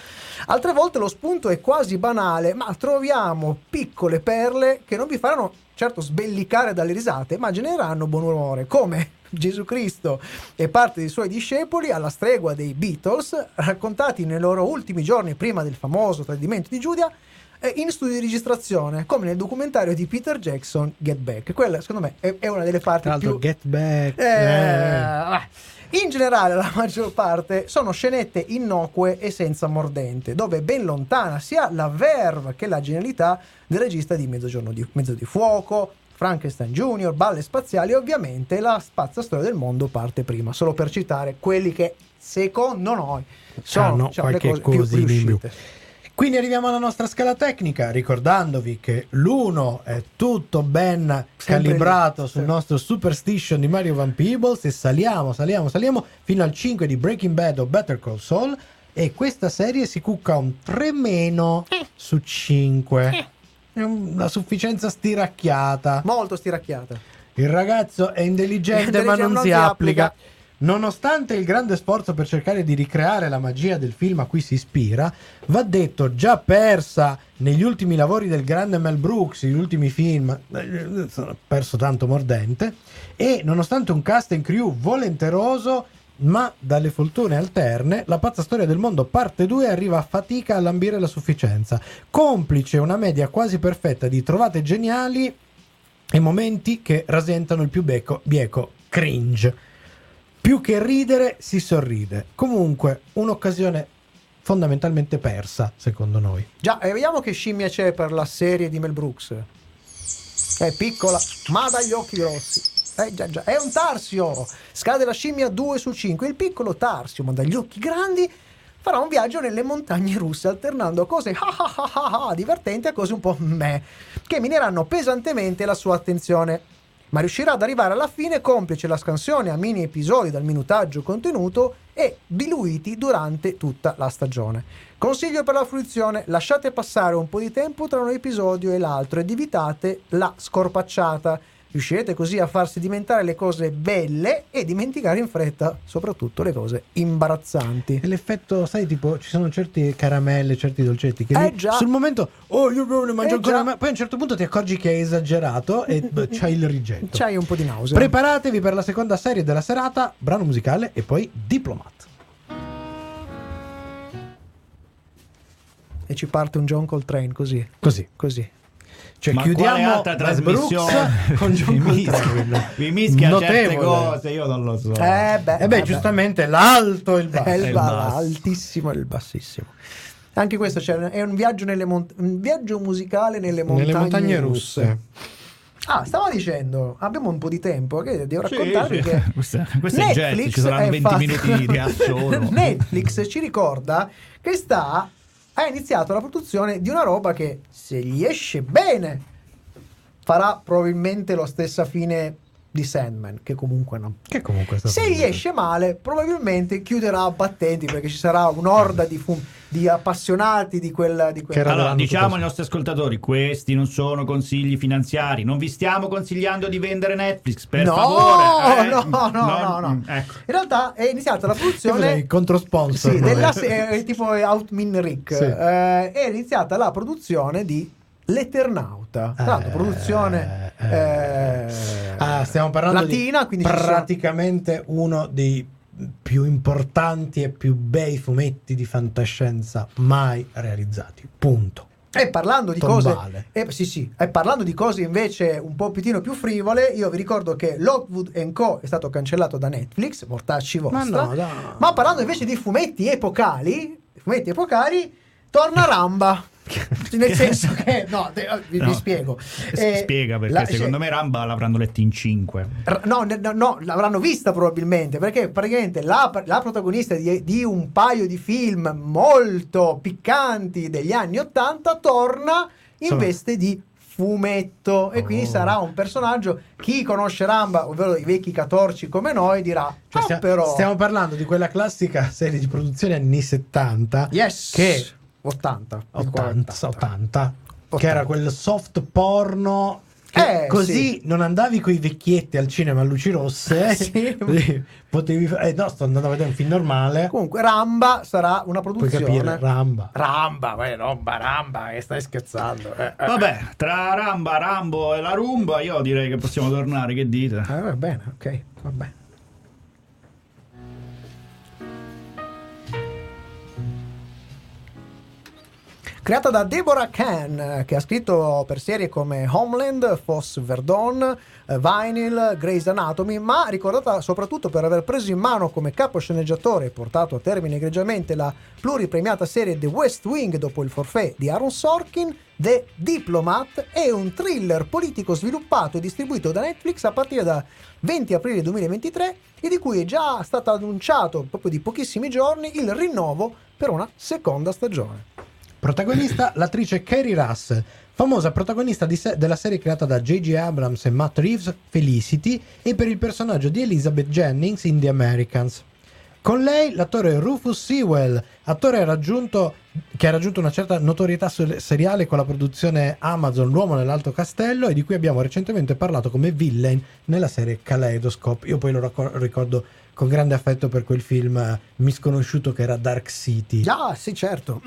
Speaker 3: Altre volte lo spunto è quasi banale, ma troviamo piccole perle che non vi faranno certo sbellicare dalle risate, ma genereranno buon umore, come Gesù Cristo e parte dei suoi discepoli alla stregua dei Beatles, raccontati nei loro ultimi giorni prima del famoso tradimento di Giuda, eh, in studio di registrazione, come nel documentario di Peter Jackson Get Back. Quella, secondo me, è, è una delle parti
Speaker 1: Tra l'altro,
Speaker 3: più
Speaker 1: Get Back.
Speaker 3: eh,
Speaker 1: eh.
Speaker 3: vabbè. In generale, la maggior parte sono scenette innocue e senza mordente, dove è ben lontana sia la verve che la genialità del regista di Mezzogiorno di, Mezzo di Fuoco, Frankenstein Jr., Balle Spaziali e ovviamente la spazza storia del mondo parte prima, solo per citare quelli che secondo noi sono
Speaker 1: Hanno
Speaker 3: diciamo, le
Speaker 1: qualche
Speaker 3: cose più
Speaker 1: cosina in più.
Speaker 3: riuscite.
Speaker 1: Quindi arriviamo alla nostra scala tecnica, ricordandovi che l'uno è tutto ben
Speaker 3: Sempre
Speaker 1: calibrato
Speaker 3: lì,
Speaker 1: sul
Speaker 3: sì.
Speaker 1: nostro Superstition di Mario Van Peebles e saliamo, saliamo, saliamo fino al 5 di Breaking Bad o Better Call Saul e questa serie si cucca un 3 meno
Speaker 3: Eh.
Speaker 1: su 5. È una sufficienza stiracchiata.
Speaker 3: Molto stiracchiata.
Speaker 1: Il ragazzo è intelligente ma non, si applica. Nonostante il grande sforzo per cercare di ricreare la magia del film a cui si ispira, va detto già persa negli ultimi lavori del grande Mel Brooks, gli ultimi film, eh, sono perso tanto mordente, e nonostante un cast and crew volenteroso, ma dalle fortune alterne, la pazza storia del mondo parte 2 arriva a fatica a lambire la sufficienza, complice una media quasi perfetta di trovate geniali e momenti che rasentano il più becco, bieco cringe. Più che ridere si sorride. Comunque, un'occasione fondamentalmente persa, secondo noi.
Speaker 3: Già, e vediamo che scimmia c'è per la serie di Mel Brooks. È piccola, ma dagli occhi grossi. Eh già, già, è un Tarsio! Scade la scimmia 2 su 5. Il piccolo Tarsio, ma dagli occhi grandi, farà un viaggio nelle montagne russe, alternando cose ah ah ah ah ah, divertenti a cose un po' meh, che mineranno pesantemente la sua attenzione. Ma riuscirà ad arrivare alla fine complice la scansione a mini episodi dal minutaggio contenuto e diluiti durante tutta la stagione. Consiglio per la fruizione: lasciate passare un po' di tempo tra un episodio e l'altro ed evitate la scorpacciata. Riuscirete così a farsi diventare le cose belle e dimenticare in fretta soprattutto le cose
Speaker 1: E
Speaker 3: imbarazzanti.
Speaker 1: l'effetto, sai, tipo, ci sono certe caramelle, certi dolcetti che
Speaker 3: Eh
Speaker 1: lì,
Speaker 3: già.
Speaker 1: sul momento, oh, io ne mangio
Speaker 3: Eh
Speaker 1: ancora,
Speaker 3: già.
Speaker 1: ma poi a un certo punto ti accorgi che hai esagerato e beh, c'hai il rigetto.
Speaker 3: C'hai un po' di nausea.
Speaker 1: Preparatevi per la seconda serie della serata, brano musicale e poi Diplomat.
Speaker 3: e ci parte un John Coltrane così,
Speaker 1: Così.
Speaker 3: così.
Speaker 1: Cioè,
Speaker 2: Ma quale
Speaker 1: chiudiamo
Speaker 2: altra
Speaker 1: la
Speaker 2: trasmissione?
Speaker 1: Brooks con John
Speaker 2: Vi mischia-
Speaker 1: Coltrane.
Speaker 2: Vi mischia certe
Speaker 1: Notevole.
Speaker 2: cose, io non lo so.
Speaker 3: Eh beh,
Speaker 1: E beh,
Speaker 3: vabbè.
Speaker 1: giustamente l'alto e Eh, il
Speaker 3: È
Speaker 1: basso.
Speaker 3: il
Speaker 2: il
Speaker 3: ba-
Speaker 2: basso.
Speaker 3: altissimo e Eh, il bassissimo. Anche questo c'è, è un viaggio, nelle mon- un viaggio musicale nelle montagne, russe. Ah, stavo dicendo, abbiamo un po' di tempo, che devo
Speaker 2: Sì,
Speaker 3: raccontarvi
Speaker 2: sì.
Speaker 3: che
Speaker 2: Questa- questo è il gesto, ci saranno
Speaker 3: eh,
Speaker 2: 20 minuti di reazione.
Speaker 3: Netflix ci ricorda che sta ha iniziato la produzione di una roba che, se gli esce bene, farà probabilmente la stessa fine di Sandman, che comunque no.
Speaker 1: Che comunque è stato
Speaker 3: Se gli esce male, probabilmente chiuderà a battenti perché ci sarà un'orda di, fu- di appassionati di quella. Di quella.
Speaker 1: Che era-
Speaker 2: Allora,
Speaker 1: Radovan,
Speaker 2: diciamo
Speaker 1: tutto-
Speaker 2: ai nostri ascoltatori, questi non sono consigli finanziari, non vi stiamo consigliando di vendere Netflix, per
Speaker 3: No,
Speaker 2: favore.
Speaker 3: no, no, no,
Speaker 2: no,
Speaker 3: no.
Speaker 2: mm, Ecco.
Speaker 3: In realtà è iniziata la
Speaker 1: Io vorrei
Speaker 3: produzione.
Speaker 1: il controsponsor.
Speaker 3: Sì,
Speaker 1: proprio.
Speaker 3: della se- eh, tipo Outmin Rick.
Speaker 1: Sì.
Speaker 3: Eh, è iniziata la produzione di L'Eternauta. Tra l'altro,
Speaker 1: Eh,
Speaker 3: produzione
Speaker 1: eh,
Speaker 3: eh,
Speaker 1: Ah, stiamo parlando
Speaker 3: latina,
Speaker 1: di
Speaker 3: quindi ci sono-
Speaker 1: praticamente uno dei più importanti e più bei fumetti di fantascienza mai realizzati. Punto.
Speaker 3: E Eh, parlando di
Speaker 1: Tombale.
Speaker 3: cose. E, sì, sì. E parlando di cose invece un po' pochino più frivole, io vi ricordo che Lockwood Co. è stato cancellato da Netflix, mortacci vostra.
Speaker 1: dai.
Speaker 3: Ma parlando invece di fumetti epocali, fumetti epocali, torna Ramba. Nel senso che, no, te- eh, vi, vi
Speaker 2: No.
Speaker 3: spiego.
Speaker 2: S-
Speaker 3: Eh,
Speaker 2: Spiega perché
Speaker 3: la-
Speaker 2: secondo
Speaker 3: cioè,
Speaker 2: me Ramba l'avranno letto in 5.
Speaker 3: r- No, ne- no, no, l'avranno vista probabilmente perché praticamente la, la protagonista di, di un paio di film molto piccanti degli anni 80 torna in
Speaker 1: Insomma.
Speaker 3: veste di fumetto e quindi
Speaker 1: Oh.
Speaker 3: sarà un personaggio chi conosce Ramba, ovvero i vecchi catorci come noi, dirà
Speaker 1: Cioè,
Speaker 3: "Ah,
Speaker 1: stia-
Speaker 3: però
Speaker 1: Stiamo parlando di quella classica serie di produzione anni 70.
Speaker 3: yes
Speaker 1: Che-
Speaker 3: 80
Speaker 1: 80, 80,
Speaker 3: 80.
Speaker 1: che era quel soft porno che
Speaker 3: Eh,
Speaker 1: così non andavi con i vecchietti al cinema a luci rosse
Speaker 3: Sì.
Speaker 1: potevi fa- eh no sto andando a vedere un film normale
Speaker 3: Comunque, Ramba sarà una
Speaker 1: puoi
Speaker 3: produzione.
Speaker 1: capire Ramba
Speaker 3: Ramba, vai, Ramba, Ramba, che stai scherzando. eh, eh.
Speaker 2: Vabbè, tra Ramba, Rambo e la Rumba, io direi che possiamo tornare, che dite?
Speaker 3: Ah, va bene, ok, va bene. Creata da Deborah Kahn, eh, che ha scritto per serie come Homeland, Foss Verdon, eh, Vinyl, Grey's Anatomy, ma ricordata soprattutto per aver preso in mano come caposceneggiatore e portato a termine egregiamente la pluripremiata serie The West Wing dopo il forfè di Aaron Sorkin, The Diplomat è un thriller politico sviluppato e distribuito da Netflix a partire da 20 aprile 2023 e di cui è già stato annunciato proprio di pochissimi giorni il rinnovo per una seconda stagione.
Speaker 1: protagonista l'attrice Kerry Russell famosa protagonista di se- della serie creata da J.J. Abrams e Matt Reeves Felicity e per il personaggio di Elizabeth Jennings in The Americans Con lei l'attore Rufus Sewell, attore raggiunto- che ha raggiunto una certa notorietà sul- seriale con la produzione Amazon L'uomo nell'alto castello e di cui abbiamo recentemente parlato come villain nella serie Kaleidoscope. Io poi lo racco- ricordo con grande affetto per quel film eh, misconosciuto che era Dark City.
Speaker 3: Ah, sì, certo.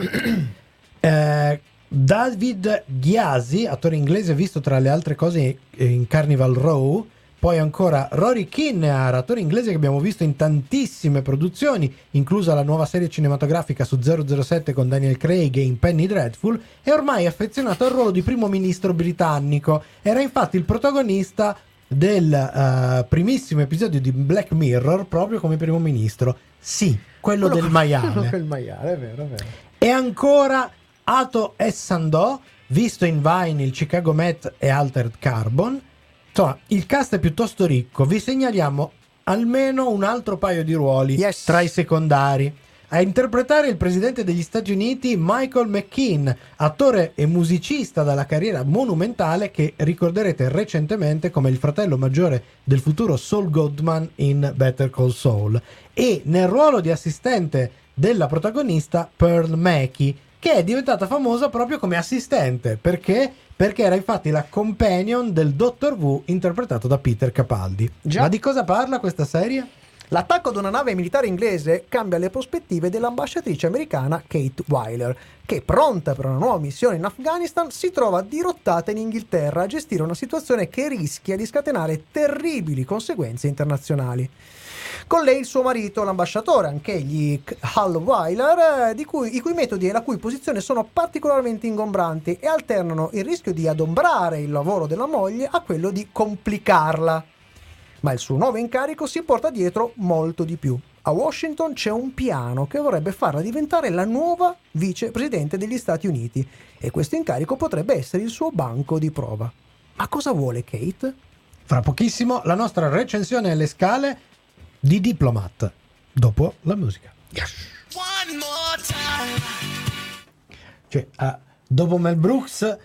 Speaker 1: Eh, David Ghiasi, attore inglese visto tra le altre cose eh, in Carnival Row. Poi ancora Rory Kinnear, attore inglese che abbiamo visto in tantissime produzioni, inclusa la nuova serie cinematografica su 007 con Daniel Craig e in Penny Dreadful, è ormai affezionato al ruolo di primo ministro britannico. Era infatti il protagonista del eh, primissimo episodio di Black Mirror proprio come primo ministro. Sì, quello, del maiale.
Speaker 3: Quello del maiale, è vero, è vero.
Speaker 1: E ancora Ato Essandò, visto in Vinyl, Chicago Met e Altered Carbon. Insomma, il cast è piuttosto ricco. Vi segnaliamo almeno un altro paio di ruoli
Speaker 3: Yes.
Speaker 1: tra i secondari. A interpretare il presidente degli Stati Uniti Michael McKean, attore e musicista dalla carriera monumentale che ricorderete recentemente come il fratello maggiore del futuro Saul Goodman in Better Call Saul e nel ruolo di assistente della protagonista Pearl Mackie, che è diventata famosa proprio come assistente, perché? Perché era infatti la companion del Dottor Who interpretato da Peter Capaldi.
Speaker 3: Già.
Speaker 1: Ma di cosa parla questa serie?
Speaker 3: L'attacco ad una nave militare inglese cambia le prospettive dell'ambasciatrice americana Kate Wyler, che pronta per una nuova missione in Afghanistan si trova dirottata in Inghilterra a gestire una situazione che rischia di scatenare terribili conseguenze internazionali. Con lei il suo marito, l'ambasciatore, anch'egli K- Hal Wyler, eh, di cui- i cui metodi e la cui posizione sono particolarmente ingombranti e alternano il rischio di adombrare il lavoro della moglie a quello di complicarla ma il suo nuovo incarico si porta dietro molto di più. A Washington c'è un piano che vorrebbe farla diventare la nuova vicepresidente degli Stati Uniti e questo incarico potrebbe essere il suo banco di prova. Ma cosa vuole Kate?
Speaker 1: Fra pochissimo la nostra recensione alle scale di Diplomat, dopo la musica. Cioè, ah, dopo Mel Brooks,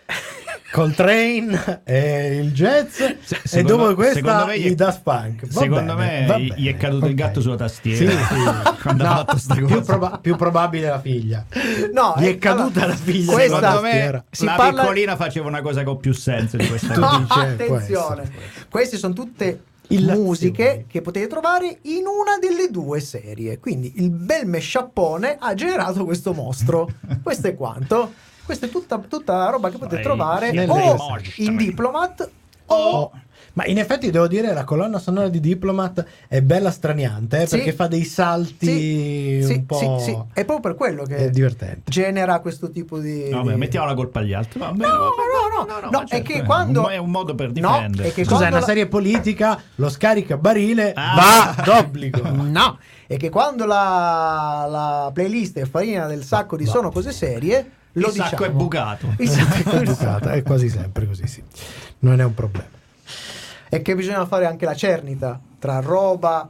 Speaker 1: Coltrane e il jazz,
Speaker 2: Se-
Speaker 1: e
Speaker 2: secondo-
Speaker 1: dopo
Speaker 2: secondo
Speaker 1: questa
Speaker 2: me gli-
Speaker 1: i Daft Punk. Va
Speaker 2: secondo
Speaker 1: bene,
Speaker 2: me
Speaker 1: va
Speaker 2: gli- gli è
Speaker 1: bene,
Speaker 2: caduto il
Speaker 1: ok.
Speaker 2: gatto sulla tastiera
Speaker 1: Sì, sì.
Speaker 2: quando ha
Speaker 1: No,
Speaker 2: fatto sta cosa. ecco,
Speaker 1: più, proba- più probabile la figlia.
Speaker 3: No,
Speaker 1: gli
Speaker 3: eh,
Speaker 1: è caduta
Speaker 3: allora,
Speaker 1: la figlia.
Speaker 3: questa-
Speaker 1: sulla
Speaker 2: Secondo
Speaker 1: tastiera.
Speaker 2: me
Speaker 3: Si
Speaker 2: la
Speaker 3: parla-
Speaker 2: piccolina faceva una cosa con più senso di questa
Speaker 1: Tu
Speaker 2: cosa.
Speaker 1: dici, eh, può
Speaker 3: Attenzione,
Speaker 1: essere, può essere.
Speaker 3: queste sono tutte
Speaker 1: Illazioni.
Speaker 3: musiche che potete trovare in una delle due serie. Quindi il bel mesciappone ha generato questo mostro. questo è quanto. Questa è tutta, tutta la roba che potete
Speaker 7: Vai,
Speaker 3: trovare
Speaker 1: nelle
Speaker 3: o
Speaker 7: serie.
Speaker 3: in Diplomat o...
Speaker 1: Oh, Ma in effetti devo dire la colonna sonora di Diplomat è bella straniante eh,
Speaker 3: Sì.
Speaker 1: perché fa dei salti
Speaker 3: Sì,
Speaker 1: un
Speaker 3: sì,
Speaker 1: po'
Speaker 3: sì, sì. È proprio per quello che
Speaker 1: è divertente.
Speaker 3: genera questo tipo di...
Speaker 2: No, beh,
Speaker 3: di-
Speaker 2: mettiamo la colpa agli altri. Vabbè,
Speaker 3: No,
Speaker 2: vabbè,
Speaker 3: no, no, no,
Speaker 2: ma
Speaker 3: è
Speaker 2: certo,
Speaker 3: che
Speaker 2: eh,
Speaker 3: quando-
Speaker 2: è un modo per
Speaker 3: No,
Speaker 2: difendere.
Speaker 3: è
Speaker 1: Scusa, è
Speaker 3: che Cioè, Quando
Speaker 1: una
Speaker 3: la-
Speaker 1: serie politica, lo scarica barile
Speaker 2: Ah.
Speaker 1: va d'obbligo.
Speaker 3: No, è che quando la, la playlist è farina del sacco di sono cose serie, lo
Speaker 2: il sacco
Speaker 3: diciamo.
Speaker 2: è bucato.
Speaker 3: Il sacco è bucato.
Speaker 1: Bucata, è quasi sempre così, sì. Non è un problema.
Speaker 3: E che bisogna fare anche la cernita tra roba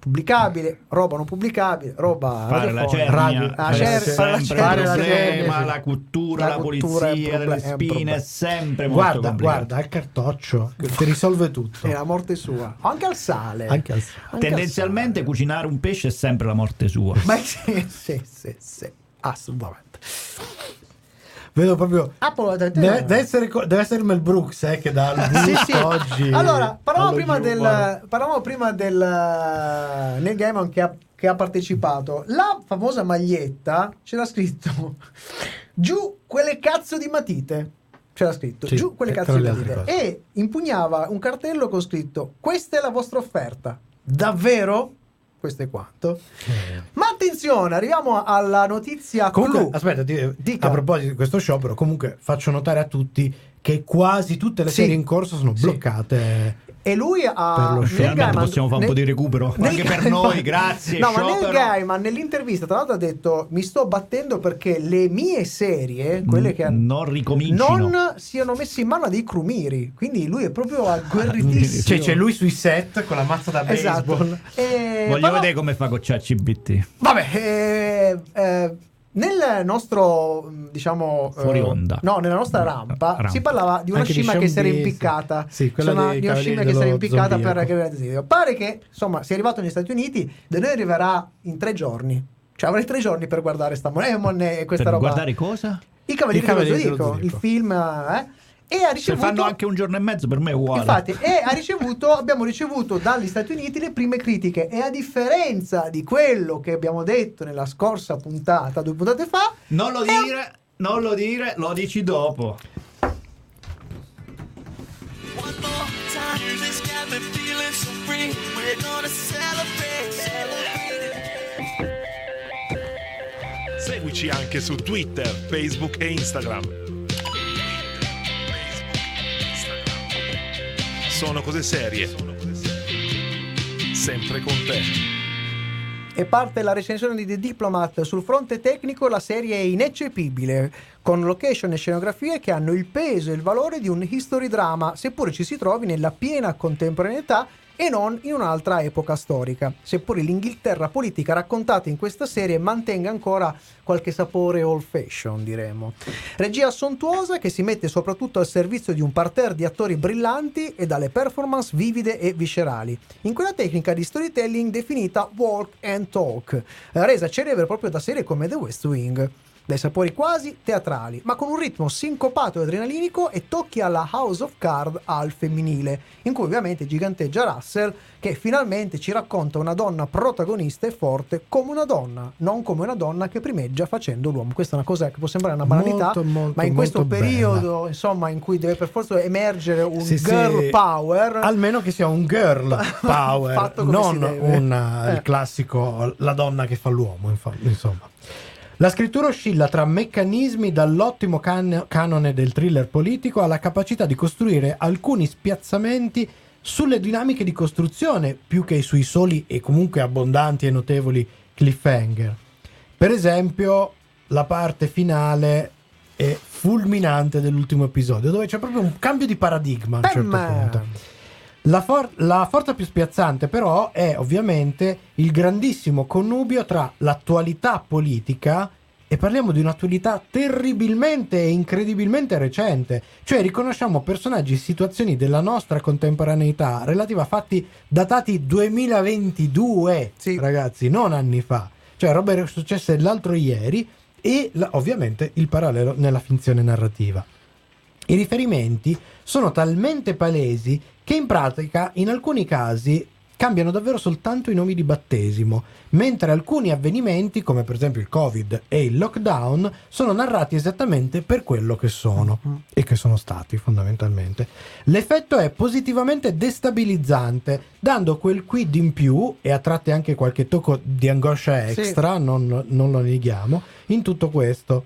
Speaker 3: pubblicabile, roba non pubblicabile, roba
Speaker 2: Fare la
Speaker 3: radiofonica.
Speaker 2: cernia,
Speaker 1: radio-
Speaker 3: Ah,
Speaker 2: è
Speaker 3: cer- fare la
Speaker 2: sempre
Speaker 3: cernia,
Speaker 2: un
Speaker 3: la
Speaker 2: problema,
Speaker 3: cernia.
Speaker 2: la cultura,
Speaker 3: La
Speaker 2: la,
Speaker 3: cultura è un
Speaker 2: polizia, le
Speaker 3: proble- è un
Speaker 2: spine,
Speaker 3: problema.
Speaker 2: è sempre molto
Speaker 1: Guarda,
Speaker 2: complicato.
Speaker 1: guarda, al cartoccio ti risolve tutto.
Speaker 3: è la morte sua. Anche al sale.
Speaker 1: Anche al
Speaker 3: Anche al
Speaker 2: Tendenzialmente
Speaker 3: sale.
Speaker 2: cucinare un pesce è sempre la morte sua.
Speaker 3: Ma sì, sì, sì, sì. Ah, Assolutamente.
Speaker 1: Vedo proprio
Speaker 3: Ah, poi-
Speaker 1: Deve, deve essere, co- deve essere Mel Brooks eh, che dà il
Speaker 3: Sì,
Speaker 1: boost
Speaker 3: sì.
Speaker 1: oggi.
Speaker 3: Allora, parlavamo
Speaker 1: allo
Speaker 3: prima, del,
Speaker 1: humor.
Speaker 3: parlavamo prima del eh, Neil Gaiman che ha, che ha partecipato. La famosa maglietta c'era scritto giù quelle cazzo di matite. C'era scritto
Speaker 1: Sì,
Speaker 3: giù quelle
Speaker 1: eh,
Speaker 3: cazzo
Speaker 1: tra
Speaker 3: di
Speaker 1: le altre
Speaker 3: matite. E impugnava un cartello con scritto: Questa è la vostra offerta. Davvero? Questo è quanto.
Speaker 1: Eh.
Speaker 3: Ma attenzione, arriviamo alla notizia
Speaker 1: Comunque,
Speaker 3: clou.
Speaker 1: aspetta, ti-
Speaker 3: Dica.
Speaker 1: a proposito di questo sciopero, comunque faccio notare a tutti che quasi tutte le
Speaker 3: Sì.
Speaker 1: serie in corso sono
Speaker 3: Sì.
Speaker 1: bloccate.
Speaker 3: E lui ha.
Speaker 1: Per lo
Speaker 3: Neil
Speaker 1: show. Finalmente
Speaker 3: Gaiman-
Speaker 2: possiamo fare un po' di recupero,
Speaker 3: Neil
Speaker 2: anche per
Speaker 3: Gaiman-
Speaker 2: noi, grazie,
Speaker 3: No, ma Neil
Speaker 2: sciopero.
Speaker 3: Gaiman nell'intervista, tra l'altro, ha detto: Mi sto battendo perché le mie serie, quelle che hanno.
Speaker 2: non ricominciano.
Speaker 3: Non siano messe in mano a dei crumiri. Quindi lui è proprio agguerritissimo.
Speaker 1: Cioè, c'è lui sui set con la mazza da
Speaker 3: Esatto.
Speaker 1: baseball.
Speaker 3: Eh,
Speaker 2: Voglio
Speaker 3: però-
Speaker 2: vedere come fa con ChatGPT.
Speaker 3: Vabbè, eh, eh, nel nostro, mh, diciamo...
Speaker 2: Fuori
Speaker 3: eh,
Speaker 2: onda.
Speaker 3: No, nella nostra rampa,
Speaker 2: Rampa.
Speaker 3: si parlava di una
Speaker 1: Anche di
Speaker 3: scimmia che si era
Speaker 1: Sean Bean,
Speaker 3: impiccata.
Speaker 1: sì. Sì, quella
Speaker 3: Insomma,
Speaker 1: dei
Speaker 3: di una
Speaker 1: Cavalieri
Speaker 3: scimmia che si era
Speaker 1: dello
Speaker 3: impiccata per
Speaker 1: Zodiaco.
Speaker 3: aggravare il desiderio. Pare che, insomma, sia arrivato negli Stati Uniti, da noi arriverà in tre giorni. Cioè avrei tre giorni per guardare sta Monemon e questa
Speaker 2: per
Speaker 3: roba.
Speaker 2: guardare cosa?
Speaker 3: I Cavalieri
Speaker 1: I Cavalieri
Speaker 3: dello
Speaker 1: dello
Speaker 3: Zodiaco, il
Speaker 1: Zodiaco.
Speaker 3: film, eh? E ha ricevuto...
Speaker 2: Se fanno anche un eh. giorno e mezzo per me è uguale.
Speaker 3: Infatti, e ha ricevuto, abbiamo ricevuto dagli Stati Uniti le prime critiche. E a differenza di quello che abbiamo detto nella scorsa puntata, due puntate fa,
Speaker 2: non lo dire, non lo dire, lo dici dopo.
Speaker 6: One more time, this got me feeling so free. We're gonna celebrate.
Speaker 10: Seguici anche su Twitter, Facebook e Instagram. Sono cose serie. Sempre con te.
Speaker 3: e parte la recensione di The Diplomat. Sul fronte tecnico, la serie è ineccepibile, con location e scenografie che hanno il peso e il valore di un history drama, seppure ci si trovi nella piena contemporaneità e non in un'altra epoca storica. Seppure l'Inghilterra politica raccontata in questa serie mantenga ancora qualche sapore old fashion, diremmo. Regia sontuosa che si mette soprattutto al servizio di un parterre di attori brillanti e dalle performance vivide e viscerali, in quella tecnica di storytelling definita walk and talk, eh, resa celebre proprio da serie come The West Wing. Dai sapori quasi teatrali, ma con un ritmo sincopato e adrenalinico e tocchi alla House of Card al femminile, in cui ovviamente giganteggia Russell, che finalmente ci racconta una donna protagonista e forte come una donna, non come una donna che primeggia facendo l'uomo. Questa è una cosa che può sembrare una banalità,
Speaker 1: Molto, molto,
Speaker 3: ma in questo
Speaker 1: molto bella.
Speaker 3: periodo, insomma, in cui deve per forza emergere un
Speaker 1: Sì, sì.
Speaker 3: girl power,
Speaker 1: Almeno che sia un girl power,
Speaker 3: Fatto come
Speaker 1: non
Speaker 3: si deve.
Speaker 1: un
Speaker 3: Eh.
Speaker 1: il classico la donna che fa l'uomo, infa- insomma. La scrittura oscilla tra meccanismi dall'ottimo can- canone del thriller politico alla capacità di costruire alcuni spiazzamenti sulle dinamiche di costruzione più che sui soli e comunque abbondanti e notevoli cliffhanger. Per esempio, la parte finale è fulminante dell'ultimo episodio, dove c'è proprio un cambio di paradigma a un certo
Speaker 3: Bam!
Speaker 1: punto. La, for- la forza più spiazzante, però, è ovviamente il grandissimo connubio tra l'attualità politica E parliamo di un'attualità terribilmente e incredibilmente recente, cioè riconosciamo personaggi e situazioni della nostra contemporaneità relativa a fatti datati 2022,
Speaker 3: Sì.
Speaker 1: ragazzi, non anni fa. Cioè roba era successa l'altro ieri e la- ovviamente il parallelo nella finzione narrativa. I riferimenti sono talmente palesi che in pratica in alcuni casi cambiano davvero soltanto i nomi di battesimo, mentre alcuni avvenimenti, come per esempio il Covid e il lockdown, sono narrati esattamente per quello che sono
Speaker 3: Mm.
Speaker 1: e che sono stati fondamentalmente. L'effetto è positivamente destabilizzante, dando quel quid in più e a tratte anche qualche tocco di angoscia
Speaker 3: Sì.
Speaker 1: extra, non, non lo neghiamo, in tutto questo.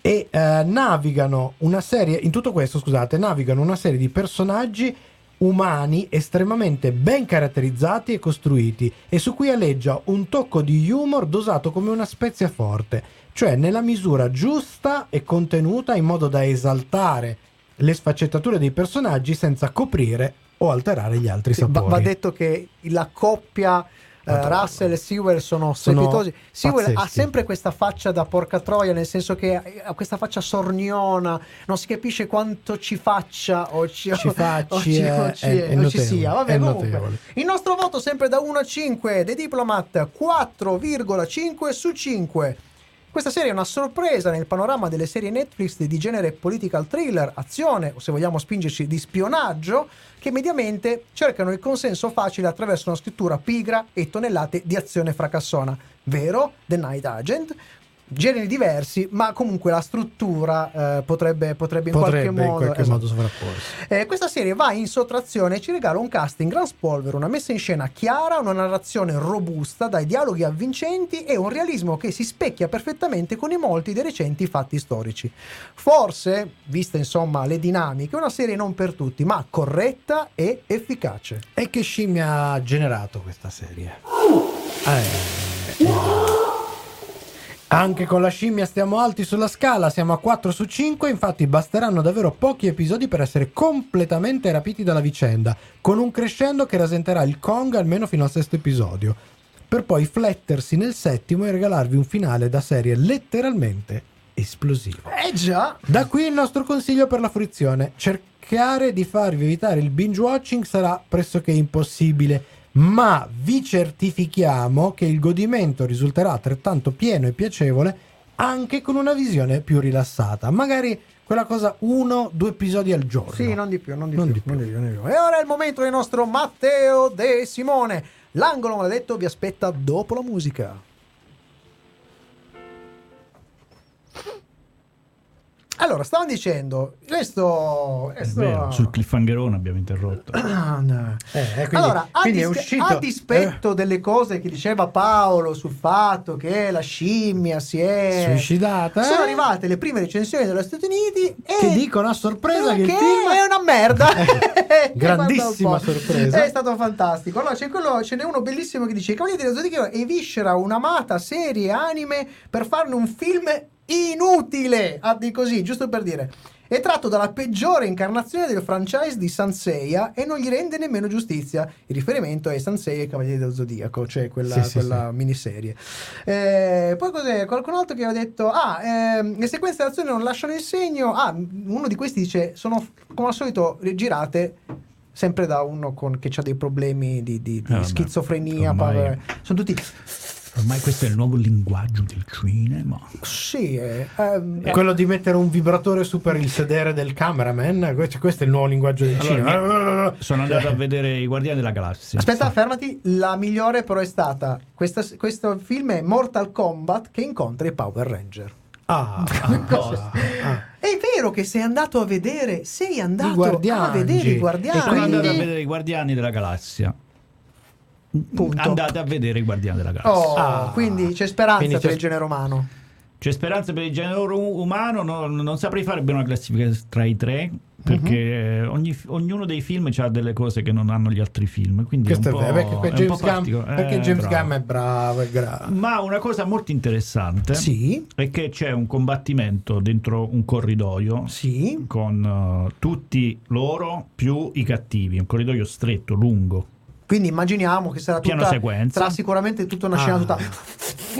Speaker 1: E eh, navigano una serie, in tutto questo scusate, navigano una serie di personaggi umani estremamente ben caratterizzati e costruiti e su cui alleggia un tocco di humor dosato come una spezia forte, cioè nella misura giusta e contenuta in modo da esaltare le sfaccettature dei personaggi senza coprire o alterare gli altri
Speaker 3: Sì, va,
Speaker 1: sapori.
Speaker 3: va detto che la coppia eh,
Speaker 1: Madonna.
Speaker 3: Russell e Sewell sono
Speaker 1: Sono
Speaker 3: strepitosi. Sewell ha
Speaker 1: pazzeschi.
Speaker 3: sempre questa faccia da porca troia, nel senso che ha questa faccia sorniona, non si capisce quanto ci faccia o ci,
Speaker 1: Ci
Speaker 3: o-
Speaker 1: facci eh,
Speaker 3: o
Speaker 1: è-
Speaker 3: ci, o ci-
Speaker 1: è- è
Speaker 3: o ci
Speaker 1: notevole,
Speaker 3: sia. ah, Vabbè,
Speaker 1: è
Speaker 3: comunque.
Speaker 1: notevole.
Speaker 3: Il nostro voto sempre da 1 a 5, The Diplomat 4,5 su 5. Questa serie è una sorpresa nel panorama delle serie Netflix di genere political thriller, azione o se vogliamo spingerci di spionaggio, che mediamente cercano il consenso facile attraverso una scrittura pigra e tonnellate di azione fracassona. Vero? The Night Agent? Generi diversi, ma comunque la struttura eh, potrebbe, potrebbe in
Speaker 1: Potrebbe
Speaker 3: qualche modo... esatto.
Speaker 1: sovrapporsi.
Speaker 3: Eh, questa serie va in sottrazione e ci regala un casting gran spolvero, una messa in scena chiara, una narrazione robusta, dai dialoghi avvincenti e un realismo che si specchia perfettamente con i molti dei recenti fatti storici. Forse, viste insomma le dinamiche, una serie non per tutti, ma corretta e efficace.
Speaker 1: E che scimmia ha generato questa serie? Eh. Anche con la scimmia stiamo alti sulla scala, siamo a 4 su 5, infatti basteranno davvero pochi episodi per essere completamente rapiti dalla vicenda, con un crescendo che rasenterà il Kong almeno fino al sesto episodio, per poi flettersi nel settimo e regalarvi un finale da serie letteralmente esplosivo.
Speaker 3: Eh già!
Speaker 1: Da qui il nostro consiglio per la fruizione. Cercare di farvi evitare il binge watching sarà pressoché impossibile, ma vi certifichiamo che il godimento risulterà altrettanto pieno e piacevole anche con una visione più rilassata. Magari quella cosa uno, due episodi al giorno.
Speaker 3: Sì, non di più, non di
Speaker 1: Non
Speaker 3: più.
Speaker 1: di più.
Speaker 3: non di più, non di più. E ora è il momento del nostro Matteo De Simone. L'angolo maledetto vi aspetta dopo la musica. Allora, stavamo dicendo, questo... questo-
Speaker 2: Vero, sul cliffhangerone abbiamo interrotto.
Speaker 3: Ah, no.
Speaker 1: Eh, eh, quindi,
Speaker 3: Allora, a,
Speaker 1: quindi è
Speaker 3: dis-
Speaker 1: uscito... eh.
Speaker 3: a dispetto delle cose che diceva Paolo sul fatto che la scimmia si
Speaker 1: eh,
Speaker 3: è...
Speaker 1: suicidata. eh?
Speaker 3: Sono arrivate le prime recensioni degli Stati Uniti e...
Speaker 1: Che dicono a sorpresa che il
Speaker 3: Perché
Speaker 1: film...
Speaker 3: è una merda.
Speaker 1: Eh, grandissima
Speaker 3: Guarda un po'.
Speaker 1: sorpresa.
Speaker 3: È stato fantastico. Allora, c'è quello, ce n'è uno bellissimo che dice: Cavalieri dello Zodiaco eviscera un'amata serie anime per farne un film inutile. Ah, di così, giusto per dire. È tratto dalla peggiore incarnazione del franchise di Sanseiya e non gli rende nemmeno giustizia. Il riferimento è Sansei e Cavalieri dello Zodiaco, cioè quella,
Speaker 1: Sì, sì,
Speaker 3: quella miniserie. Eh, poi cos'è? Qualcun altro che aveva detto: Ah, ehm, le sequenze d'azione non lasciano il segno. Ah, uno di questi dice: Sono come al solito girate sempre da uno con- che ha dei problemi di, di- di
Speaker 2: Eh, vabbè.
Speaker 3: schizofrenia.
Speaker 2: Ormai-
Speaker 3: paura- Sono tutti.
Speaker 2: Ormai questo è il nuovo linguaggio del cinema.
Speaker 3: Sì, eh, ehm,
Speaker 1: Quello di mettere un vibratore su per il sedere del cameraman, questo, questo è il nuovo linguaggio del
Speaker 2: Allora,
Speaker 1: cinema.
Speaker 2: Sono andato a vedere I Guardiani della Galassia.
Speaker 3: Aspetta, fermati. La migliore, però, è stata. questa- questo film è Mortal Kombat che incontra i Power Ranger.
Speaker 1: Ah,
Speaker 3: Cosa?
Speaker 1: ah.
Speaker 3: È vero che sei andato a vedere. Sei andato a
Speaker 1: Guardiani.
Speaker 3: vedere i
Speaker 1: E
Speaker 3: Guardiani.
Speaker 2: Sono
Speaker 1: quindi-
Speaker 2: andato a vedere I Guardiani della Galassia.
Speaker 3: Punto.
Speaker 2: Andate a vedere I Guardiani della Galassia.
Speaker 3: Oh,
Speaker 1: Ah.
Speaker 3: quindi c'è speranza
Speaker 1: Quindi c'è-
Speaker 3: per il genere umano.
Speaker 2: C'è speranza per il genere u- umano, no- non saprei fare bene una classifica tra i tre, perché
Speaker 1: Mhm.
Speaker 2: ogni- ognuno dei film ha delle cose che non hanno gli altri film. Quindi
Speaker 1: Questo
Speaker 2: è
Speaker 1: è
Speaker 2: un
Speaker 1: vero,
Speaker 2: po'-
Speaker 1: perché,
Speaker 2: è un
Speaker 1: James
Speaker 2: po'
Speaker 1: Gunn,
Speaker 2: partico-
Speaker 1: perché
Speaker 2: eh,
Speaker 1: James
Speaker 2: bravo.
Speaker 1: Gunn è bravo, è bravo.
Speaker 2: Ma una cosa molto
Speaker 1: Eh?
Speaker 2: interessante
Speaker 3: Sì,
Speaker 2: è che c'è un combattimento dentro un corridoio
Speaker 3: sì.
Speaker 2: con eh, tutti loro più i cattivi, un corridoio stretto, lungo.
Speaker 3: Quindi immaginiamo che sarà
Speaker 2: Piano
Speaker 3: tutta
Speaker 2: sequenza.
Speaker 3: sarà sicuramente tutta una scena
Speaker 1: Ah.
Speaker 3: tutta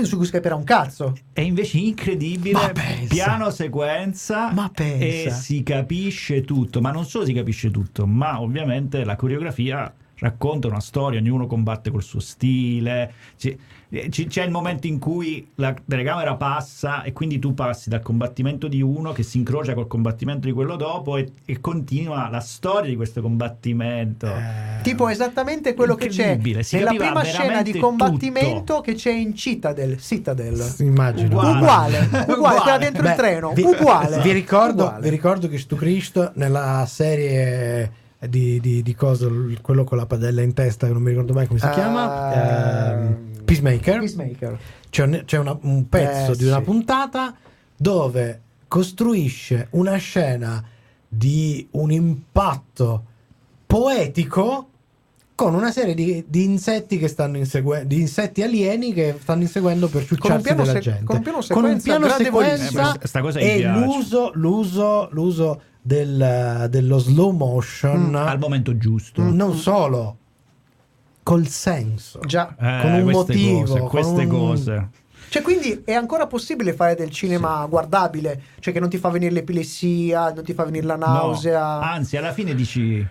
Speaker 3: su cui si capirà un cazzo.
Speaker 2: È invece incredibile,
Speaker 3: Ma pensa.
Speaker 2: piano sequenza
Speaker 3: Ma pensa.
Speaker 2: e si capisce tutto, ma non solo si capisce tutto, ma ovviamente la coreografia racconta una storia, ognuno combatte col suo stile, ci- eh, ci- c'è il momento in cui la telecamera passa e quindi tu passi dal combattimento di uno che si incrocia col combattimento di quello dopo e, e continua la storia di questo combattimento.
Speaker 3: Eh.
Speaker 1: eh,
Speaker 3: Tipo esattamente quello che c'è
Speaker 2: Incredibile, si
Speaker 3: nella
Speaker 2: capiva
Speaker 3: prima scena di
Speaker 2: veramente
Speaker 3: combattimento
Speaker 2: tutto.
Speaker 3: che c'è in Citadel. Citadel.
Speaker 1: Immagino.
Speaker 2: Uguale.
Speaker 3: Uguale, uguale,
Speaker 2: Uguale.
Speaker 3: quella dentro il
Speaker 1: Beh,
Speaker 3: treno,
Speaker 1: vi-
Speaker 3: uguale.
Speaker 1: Vi ricordo,
Speaker 3: Uguale.
Speaker 1: vi ricordo che Stu Cristo nella serie di, di, di cosa, l- quello con la padella in testa, che non mi ricordo mai come si
Speaker 3: Ah,
Speaker 1: chiama, ehm, Peacemaker,
Speaker 3: Peacemaker.
Speaker 1: c'è, un, c'è una- un pezzo
Speaker 3: Eh,
Speaker 1: di una
Speaker 3: sì.
Speaker 1: puntata dove costruisce una scena di un impatto poetico con una serie di, di insetti che stanno inseguendo di insetti alieni che stanno inseguendo per
Speaker 3: Con un
Speaker 1: ciucciarsi
Speaker 3: piano
Speaker 1: della
Speaker 3: se-
Speaker 1: gente
Speaker 3: con un piano
Speaker 1: Con un
Speaker 3: sequenza
Speaker 1: piano
Speaker 3: gradevolissimo.
Speaker 1: sequenza
Speaker 2: Eh, ma sta cosa mi
Speaker 1: e
Speaker 2: piace.
Speaker 1: l'uso, l'uso, l'uso del- dello slow motion
Speaker 3: Mm.
Speaker 1: Mm.
Speaker 2: Al momento giusto.
Speaker 1: non solo col senso
Speaker 3: Già.
Speaker 2: Eh,
Speaker 1: con un
Speaker 2: queste
Speaker 1: motivo,
Speaker 2: cose,
Speaker 1: con
Speaker 2: queste
Speaker 1: un-
Speaker 2: cose.
Speaker 3: Cioè, quindi è ancora possibile fare del cinema guardabile, cioè che non ti fa venire l'epilessia, non ti fa venire la
Speaker 2: No, Ah,
Speaker 3: nausea.
Speaker 2: Anzi, alla fine dici.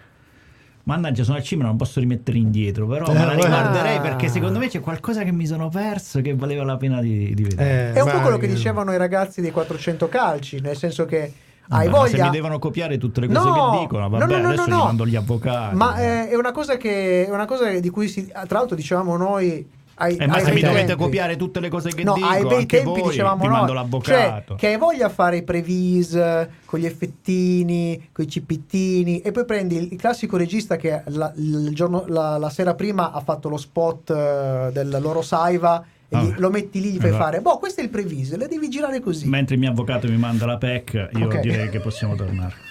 Speaker 2: Mannaggia, sono al cinema, non posso rimettere indietro. Però
Speaker 1: Eh,
Speaker 2: me la
Speaker 1: guarda.
Speaker 2: riguarderei perché secondo me c'è qualcosa che mi sono perso che valeva la pena di, di vedere.
Speaker 1: Eh,
Speaker 3: È un po'
Speaker 1: ma-
Speaker 3: quello che dicevano i ragazzi dei 400 calci, nel senso che hai
Speaker 2: Ma
Speaker 3: voglia.
Speaker 2: Se mi devono copiare tutte le cose che dicono, vabbè, adesso li mando gli avvocati.
Speaker 3: Ma eh, è una cosa che è una cosa di cui si, ah, tra l'altro dicevamo noi ai,
Speaker 2: Eh, ma
Speaker 3: ai
Speaker 2: se mi
Speaker 3: bei
Speaker 2: dovete
Speaker 3: tempi.
Speaker 2: copiare tutte le cose che
Speaker 3: No,
Speaker 2: dico,
Speaker 3: ai bei
Speaker 2: anche
Speaker 3: tempi
Speaker 2: voi,
Speaker 3: dicevamo
Speaker 2: vi
Speaker 3: no,
Speaker 2: mando l'avvocato.
Speaker 3: Cioè, che hai voglia a fare i previs eh, con gli effettini, con i cipittini e poi prendi il, il classico regista che la, il giorno- la- la sera prima ha fatto lo spot eh, del loro Saiva e gli-
Speaker 2: Ah.
Speaker 3: lo metti lì gli fai
Speaker 2: Esatto.
Speaker 3: fare, boh, questo è il previs, la devi girare così.
Speaker 2: Mentre il mio avvocato mi manda la PEC, io
Speaker 3: Ok.
Speaker 2: direi che possiamo tornare.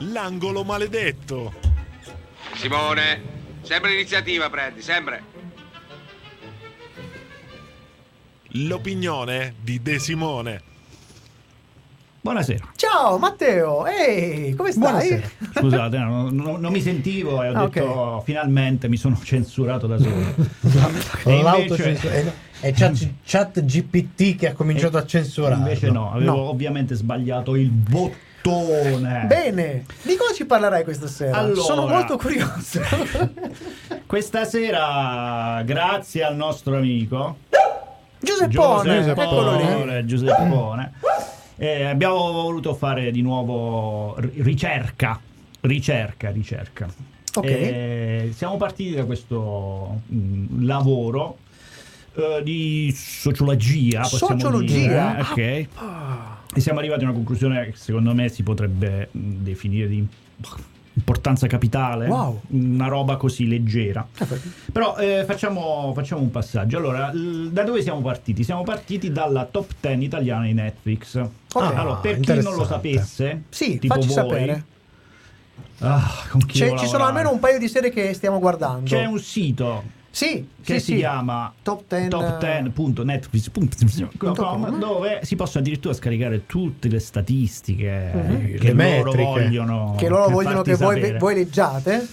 Speaker 10: L'angolo maledetto.
Speaker 9: Simone, sempre l'iniziativa prendi, sempre.
Speaker 10: L'opinione di De Simone.
Speaker 2: Buonasera.
Speaker 3: Ciao Matteo, ehi, come stai? "Eh,
Speaker 1: Buonasera.
Speaker 2: Scusate, no, no, non mi sentivo e ho
Speaker 3: Ah,
Speaker 2: detto
Speaker 3: ok.
Speaker 2: finalmente mi sono censurato da solo. E
Speaker 1: L'autocensura
Speaker 2: invece-
Speaker 1: è, è chat, Eh, cioè, chat GPT che ha cominciato a censurare.
Speaker 2: Invece no, avevo
Speaker 3: No.
Speaker 2: ovviamente sbagliato il bottone.
Speaker 3: Bene, di cosa ci parlerai questa sera?
Speaker 2: Allora.
Speaker 3: Sono molto curioso.
Speaker 2: Questa sera, grazie al nostro amico
Speaker 3: Giuseppone, eccolo lì.
Speaker 2: Giuseppone, Giuseppone, eh, abbiamo voluto fare di nuovo ri- ricerca, ricerca, ricerca.
Speaker 3: Ok.
Speaker 2: Eh, siamo partiti da questo mm, lavoro eh, di sociologia. possiamo
Speaker 3: Sociologia?
Speaker 2: dire, eh, ok. E siamo arrivati a una conclusione che secondo me si potrebbe mh, definire di importanza capitale,
Speaker 3: Wow.
Speaker 2: una roba così leggera. Però eh, facciamo, facciamo un passaggio. Allora, l- da dove siamo partiti? Siamo partiti dalla top 10 italiana di Netflix. Ah, allora, per chi non lo
Speaker 1: interessante.
Speaker 2: sapesse,
Speaker 3: Sì,
Speaker 2: tipo
Speaker 3: facci
Speaker 2: voi,
Speaker 3: sapere.
Speaker 2: ah, con chi
Speaker 3: C'è-
Speaker 2: devo
Speaker 3: ci sono
Speaker 2: lavorare?
Speaker 3: almeno un paio di serie che stiamo guardando.
Speaker 2: C'è un sito
Speaker 3: Sì,
Speaker 2: che
Speaker 3: sì,
Speaker 2: si
Speaker 3: sì.
Speaker 2: chiama
Speaker 3: Top eh, 10,
Speaker 2: top10.netflix.com dove si possono addirittura scaricare tutte le statistiche eh, che
Speaker 1: Le
Speaker 2: loro
Speaker 1: metriche.
Speaker 2: vogliono
Speaker 3: Mhm. Che loro vogliono
Speaker 2: farti
Speaker 3: che voi,
Speaker 2: sapere.
Speaker 3: voi leggiate.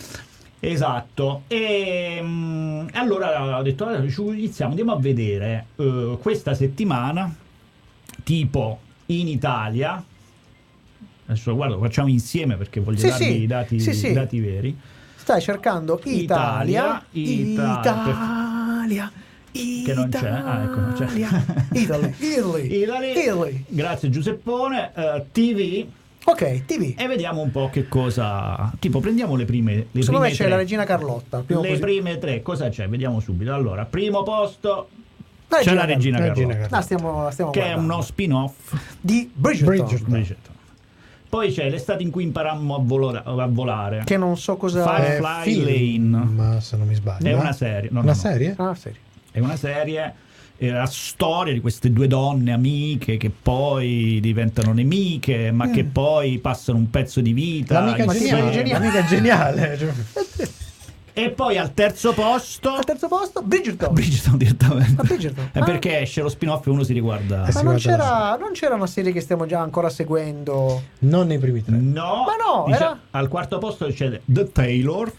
Speaker 2: Esatto. E mm, allora ho detto, allora, ci iniziamo, andiamo a vedere eh, questa settimana, tipo in Italia. Adesso lo guardo, lo facciamo insieme perché voglio
Speaker 3: Sì,
Speaker 2: darvi
Speaker 3: sì.
Speaker 2: i dati,
Speaker 3: Sì, sì.
Speaker 2: i dati veri.
Speaker 3: Stai cercando Italia.
Speaker 2: Italia,
Speaker 3: Italia.
Speaker 2: Che non c'è. Ah, ecco, non c'è.
Speaker 3: Italy. Italy.
Speaker 2: Italy.
Speaker 3: Italy.
Speaker 2: Grazie Giuseppone. eh, TV.
Speaker 3: Ok, TV.
Speaker 2: E vediamo un po' che cosa. Tipo, prendiamo le prime. Le
Speaker 3: Secondo me
Speaker 2: prime
Speaker 3: c'è
Speaker 2: tre.
Speaker 3: la regina Carlotta. prima
Speaker 2: Le
Speaker 3: così.
Speaker 2: prime tre, cosa c'è? Vediamo subito. Allora, primo posto
Speaker 3: La
Speaker 2: c'è la
Speaker 3: Carlotta.
Speaker 1: Regina
Speaker 2: regina Carlotta,
Speaker 1: Carlotta.
Speaker 3: La stiamo, la stiamo
Speaker 2: che è
Speaker 3: guardando.
Speaker 2: uno spin-off
Speaker 3: di Bridgerton,
Speaker 1: Bridgerton.
Speaker 2: Bridgerton. Poi c'è l'estate in cui imparammo a, vola- a volare.
Speaker 3: che non so cosa
Speaker 2: Fare-
Speaker 1: Eh,
Speaker 2: Fly
Speaker 1: film,
Speaker 2: Lane.
Speaker 1: Ma se non mi sbaglio.
Speaker 2: È
Speaker 1: eh?
Speaker 2: una serie. No, no,
Speaker 1: una
Speaker 2: no.
Speaker 1: serie?
Speaker 3: Ah, serio.
Speaker 2: È una serie. È la storia di queste due donne amiche che poi diventano nemiche,
Speaker 3: Eh.
Speaker 2: ma che poi passano un pezzo di vita.
Speaker 1: L'amica
Speaker 2: insieme.
Speaker 1: geniale.
Speaker 3: geniale.
Speaker 1: L'amica geniale. cioè,
Speaker 2: E poi al terzo posto...
Speaker 3: Al terzo posto, Bridgerton.
Speaker 2: Bridgerton direttamente.
Speaker 3: Ah, Bridgerton.
Speaker 2: È
Speaker 3: Ah.
Speaker 2: perché esce lo spin-off e uno si riguarda...
Speaker 1: Eh
Speaker 3: Ma
Speaker 1: si
Speaker 3: non
Speaker 1: guarda la
Speaker 3: c'era, non c'era una serie che stiamo già ancora seguendo.
Speaker 1: Non nei primi tre.
Speaker 2: No,
Speaker 3: Ma no,
Speaker 2: dice-
Speaker 3: era-
Speaker 2: al quarto posto c'è The Taylor,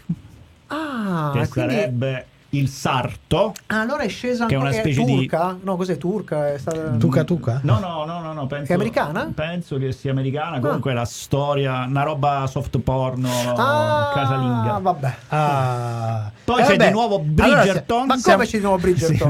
Speaker 3: Ah,
Speaker 2: che
Speaker 3: quindi...
Speaker 2: sarebbe il sarto.
Speaker 3: Ah, allora è scesa
Speaker 2: Che è
Speaker 3: ancora.
Speaker 2: una specie di-
Speaker 3: turca? No, cos'è turca? È stata...
Speaker 1: Tuca Tuca?
Speaker 2: No, no, no, no, no, penso,
Speaker 3: È americana?
Speaker 2: Penso che sia americana. Comunque la storia, una roba soft porno
Speaker 3: Ah,
Speaker 2: casalinga.
Speaker 3: vabbè.
Speaker 1: Ah.
Speaker 2: Poi
Speaker 1: Eh,
Speaker 2: c'è
Speaker 1: vabbè.
Speaker 2: di nuovo
Speaker 1: Allora, se-
Speaker 2: Bridgerton.
Speaker 3: ma come c'è di nuovo Bridgerton?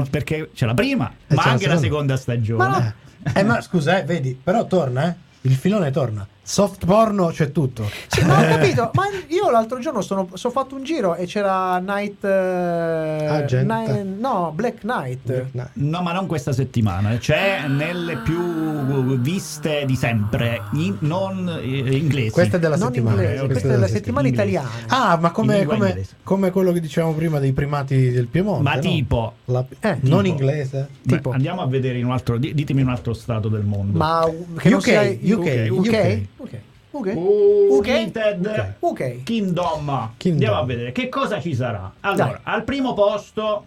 Speaker 3: Eh,
Speaker 2: Sì, perché c'è la prima,
Speaker 1: E
Speaker 2: ma
Speaker 1: c'è la
Speaker 2: anche la
Speaker 1: seconda.
Speaker 2: seconda stagione.
Speaker 3: Ma no.
Speaker 1: eh, ma scusa, eh, vedi, però torna, eh. Il filone torna. Soft porno c'è tutto.
Speaker 3: Sì, ma ho capito, ma io l'altro giorno sono, sono fatto un giro e c'era Night. eh,
Speaker 1: Agent.
Speaker 3: Night- no, Black Knight.
Speaker 1: No.
Speaker 2: No, ma non questa settimana. C'è nelle più viste di sempre, in- non eh, inglesi.
Speaker 1: Questa è della
Speaker 3: non
Speaker 1: settimana.
Speaker 3: inglese,
Speaker 2: ok,
Speaker 3: questa
Speaker 2: ok,
Speaker 3: è la
Speaker 2: ok,
Speaker 3: settimana
Speaker 2: inglese.
Speaker 3: italiana.
Speaker 1: Ah, ma
Speaker 2: In
Speaker 1: come,
Speaker 2: lingua
Speaker 1: come-
Speaker 2: inglese.
Speaker 1: come quello che dicevamo prima dei primati del Piemonte.
Speaker 2: Ma
Speaker 1: no?
Speaker 2: tipo-
Speaker 1: La-
Speaker 3: Eh,
Speaker 1: non
Speaker 2: tipo.
Speaker 1: inglese? eh.
Speaker 2: Beh,
Speaker 3: tipo- Ah,
Speaker 2: andiamo a vedere in un altro. di- Ditemi un altro stato del mondo.
Speaker 3: Ma che non
Speaker 1: UK,
Speaker 3: sia-
Speaker 1: UK,
Speaker 3: UK,
Speaker 1: UK.
Speaker 3: ok, ok,
Speaker 2: United
Speaker 3: ok.
Speaker 2: Kingdom.
Speaker 1: Kingdom.
Speaker 2: Andiamo a vedere che cosa ci sarà. Allora,
Speaker 3: Dai.
Speaker 2: al primo posto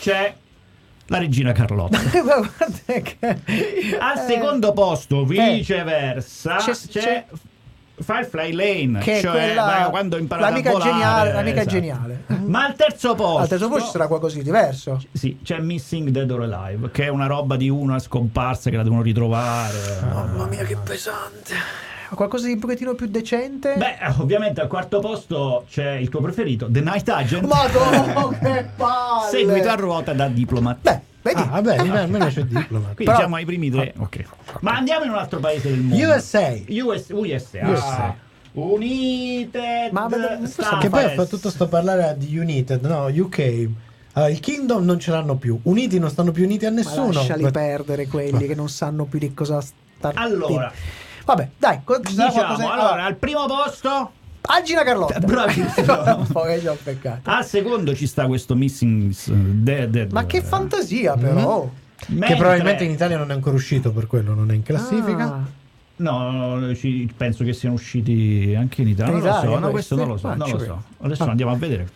Speaker 2: c'è la regina Carlotta.
Speaker 3: Eh. Guarda che
Speaker 2: Al
Speaker 3: eh,
Speaker 2: secondo posto, viceversa, c'è,
Speaker 3: C'è- c'è-
Speaker 2: Firefly Lane,
Speaker 3: che è
Speaker 2: cioè
Speaker 3: quella-
Speaker 2: raga, quando ho imparato
Speaker 3: l'amica
Speaker 2: a volare,
Speaker 3: geniale, l'amica
Speaker 2: esatto.
Speaker 3: geniale.
Speaker 2: Ma al terzo posto,
Speaker 3: Al terzo posto ci sarà qualcosa di diverso.
Speaker 2: Sì, c'è Missing Dead or Alive, che è una roba di una scomparsa che la devono ritrovare.
Speaker 3: Mamma mia, che pesante. Qualcosa di un pochettino più decente?
Speaker 2: Beh, ovviamente al quarto posto c'è il tuo preferito, The Night Agent,
Speaker 3: Madonna, che palle!
Speaker 2: seguito a ruota da Diplomat.
Speaker 3: Beh, vedi.
Speaker 1: Ah, vabbè, almeno c'è il diploma.
Speaker 2: Quindi
Speaker 3: però-
Speaker 2: siamo ai primi tre.
Speaker 1: Ah,
Speaker 2: ok. Ma andiamo in un altro paese del mondo.
Speaker 1: USA.
Speaker 2: US, USA.
Speaker 1: USA.
Speaker 2: Unite.
Speaker 3: Ma- ma- ma-
Speaker 1: che poi fa tutto sto parlare di United, no, UK. Allora, il Kingdom non ce l'hanno più. Uniti non stanno più uniti a
Speaker 3: Ma
Speaker 1: nessuno.
Speaker 3: lasciali
Speaker 1: Ma-
Speaker 3: perdere quelli che non sanno più di cosa sta
Speaker 2: Allora.
Speaker 3: Vabbè, dai, co- ci sarà
Speaker 2: Diciamo,
Speaker 3: qualcosa-
Speaker 2: allora, al primo posto,
Speaker 3: Agina Carlotta.
Speaker 2: Bravissimo.
Speaker 3: Poi già ho peccato.
Speaker 2: al secondo ci sta questo Missing Dead. Dead-
Speaker 3: Ma che fantasia però.
Speaker 1: Che
Speaker 2: Mentre-
Speaker 1: probabilmente in Italia non è ancora uscito, per quello non è in classifica.
Speaker 3: Ah.
Speaker 2: No, ci- penso che siano usciti anche in Italia.
Speaker 3: In
Speaker 2: Non lo so,
Speaker 3: Italia,
Speaker 2: no, questo
Speaker 3: questi?
Speaker 2: non lo so.
Speaker 3: Ma
Speaker 2: Non
Speaker 3: ci
Speaker 2: lo so.
Speaker 3: credo.
Speaker 2: Adesso
Speaker 3: Ah.
Speaker 2: andiamo a vedere.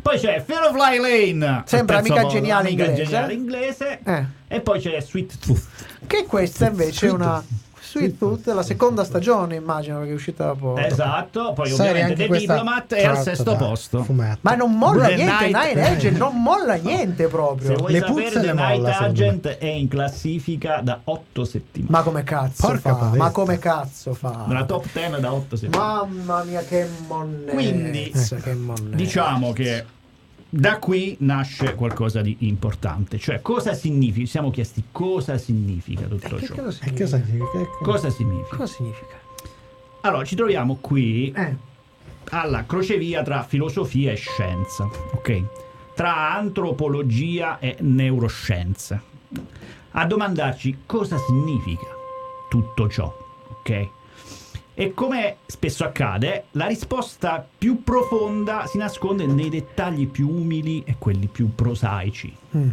Speaker 2: Poi c'è Firefly Lane.
Speaker 3: Sempre
Speaker 2: al terzo
Speaker 3: amica
Speaker 2: posto,
Speaker 3: geniale
Speaker 2: amica
Speaker 3: inglese.
Speaker 2: geniale inglese.
Speaker 3: Eh.
Speaker 2: E poi c'è Sweet Tooth.
Speaker 3: Che questa invece è una Sweet Tooth, la seconda stagione, immagino che è uscita dopo.
Speaker 2: Esatto, poi
Speaker 1: Sai,
Speaker 2: ovviamente
Speaker 1: anche
Speaker 2: The
Speaker 1: questa
Speaker 2: Diplomat è al
Speaker 1: tratta
Speaker 2: sesto
Speaker 1: da
Speaker 2: posto.
Speaker 1: fumetto.
Speaker 3: Ma non molla
Speaker 2: Blue
Speaker 3: niente,
Speaker 2: Knight,
Speaker 3: Nine
Speaker 2: eh.
Speaker 3: Edge non molla niente
Speaker 2: Se
Speaker 3: proprio.
Speaker 2: vuoi
Speaker 1: Le
Speaker 2: sapere,
Speaker 1: puzze
Speaker 2: The
Speaker 1: le
Speaker 2: Night
Speaker 1: molla, secondo me.
Speaker 2: Agent è in classifica da 8 settimane.
Speaker 3: Ma come cazzo
Speaker 1: Porca
Speaker 3: fa?
Speaker 1: paletta.
Speaker 3: Ma come cazzo fa?
Speaker 2: Nella top 10 da 8 settimane.
Speaker 3: Mamma mia che monnezza,
Speaker 2: Quindi,
Speaker 3: che monnezza.
Speaker 2: Diciamo che da qui nasce qualcosa di importante. Cioè, cosa significa? Ci siamo chiesti cosa significa tutto
Speaker 3: Eh, che
Speaker 2: ciò.
Speaker 3: cosa
Speaker 1: E Eh, che
Speaker 3: significa?
Speaker 1: significa? Che-
Speaker 2: Cosa significa?
Speaker 3: Cosa significa?
Speaker 2: Allora, ci troviamo qui
Speaker 3: Eh,
Speaker 2: alla crocevia tra filosofia e scienza, ok? Tra antropologia e neuroscienza. A domandarci cosa significa tutto ciò, ok? E come spesso accade, la risposta più profonda si nasconde nei dettagli più umili e quelli più prosaici.
Speaker 3: Mm.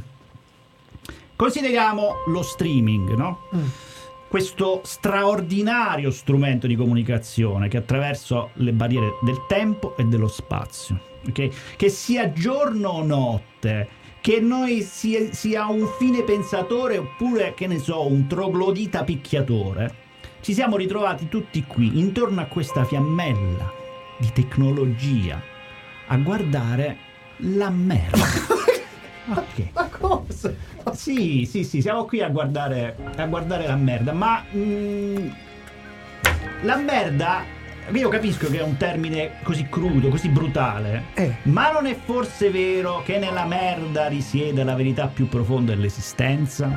Speaker 2: Consideriamo lo streaming, no? questo straordinario strumento di comunicazione che attraverso le barriere del tempo e dello spazio, ok? che sia giorno o notte, che noi sia, sia un fine pensatore oppure, che ne so, un troglodita picchiatore, ci siamo ritrovati tutti qui, intorno a questa fiammella di tecnologia, a guardare la merda. Ok.
Speaker 3: ma cosa?
Speaker 2: Sì, sì, sì, siamo qui a guardare, a guardare la merda, ma mm, la merda, io capisco che è un termine così crudo, così brutale,
Speaker 3: Eh.
Speaker 2: ma non è forse vero che nella merda risiede la verità più profonda dell'esistenza?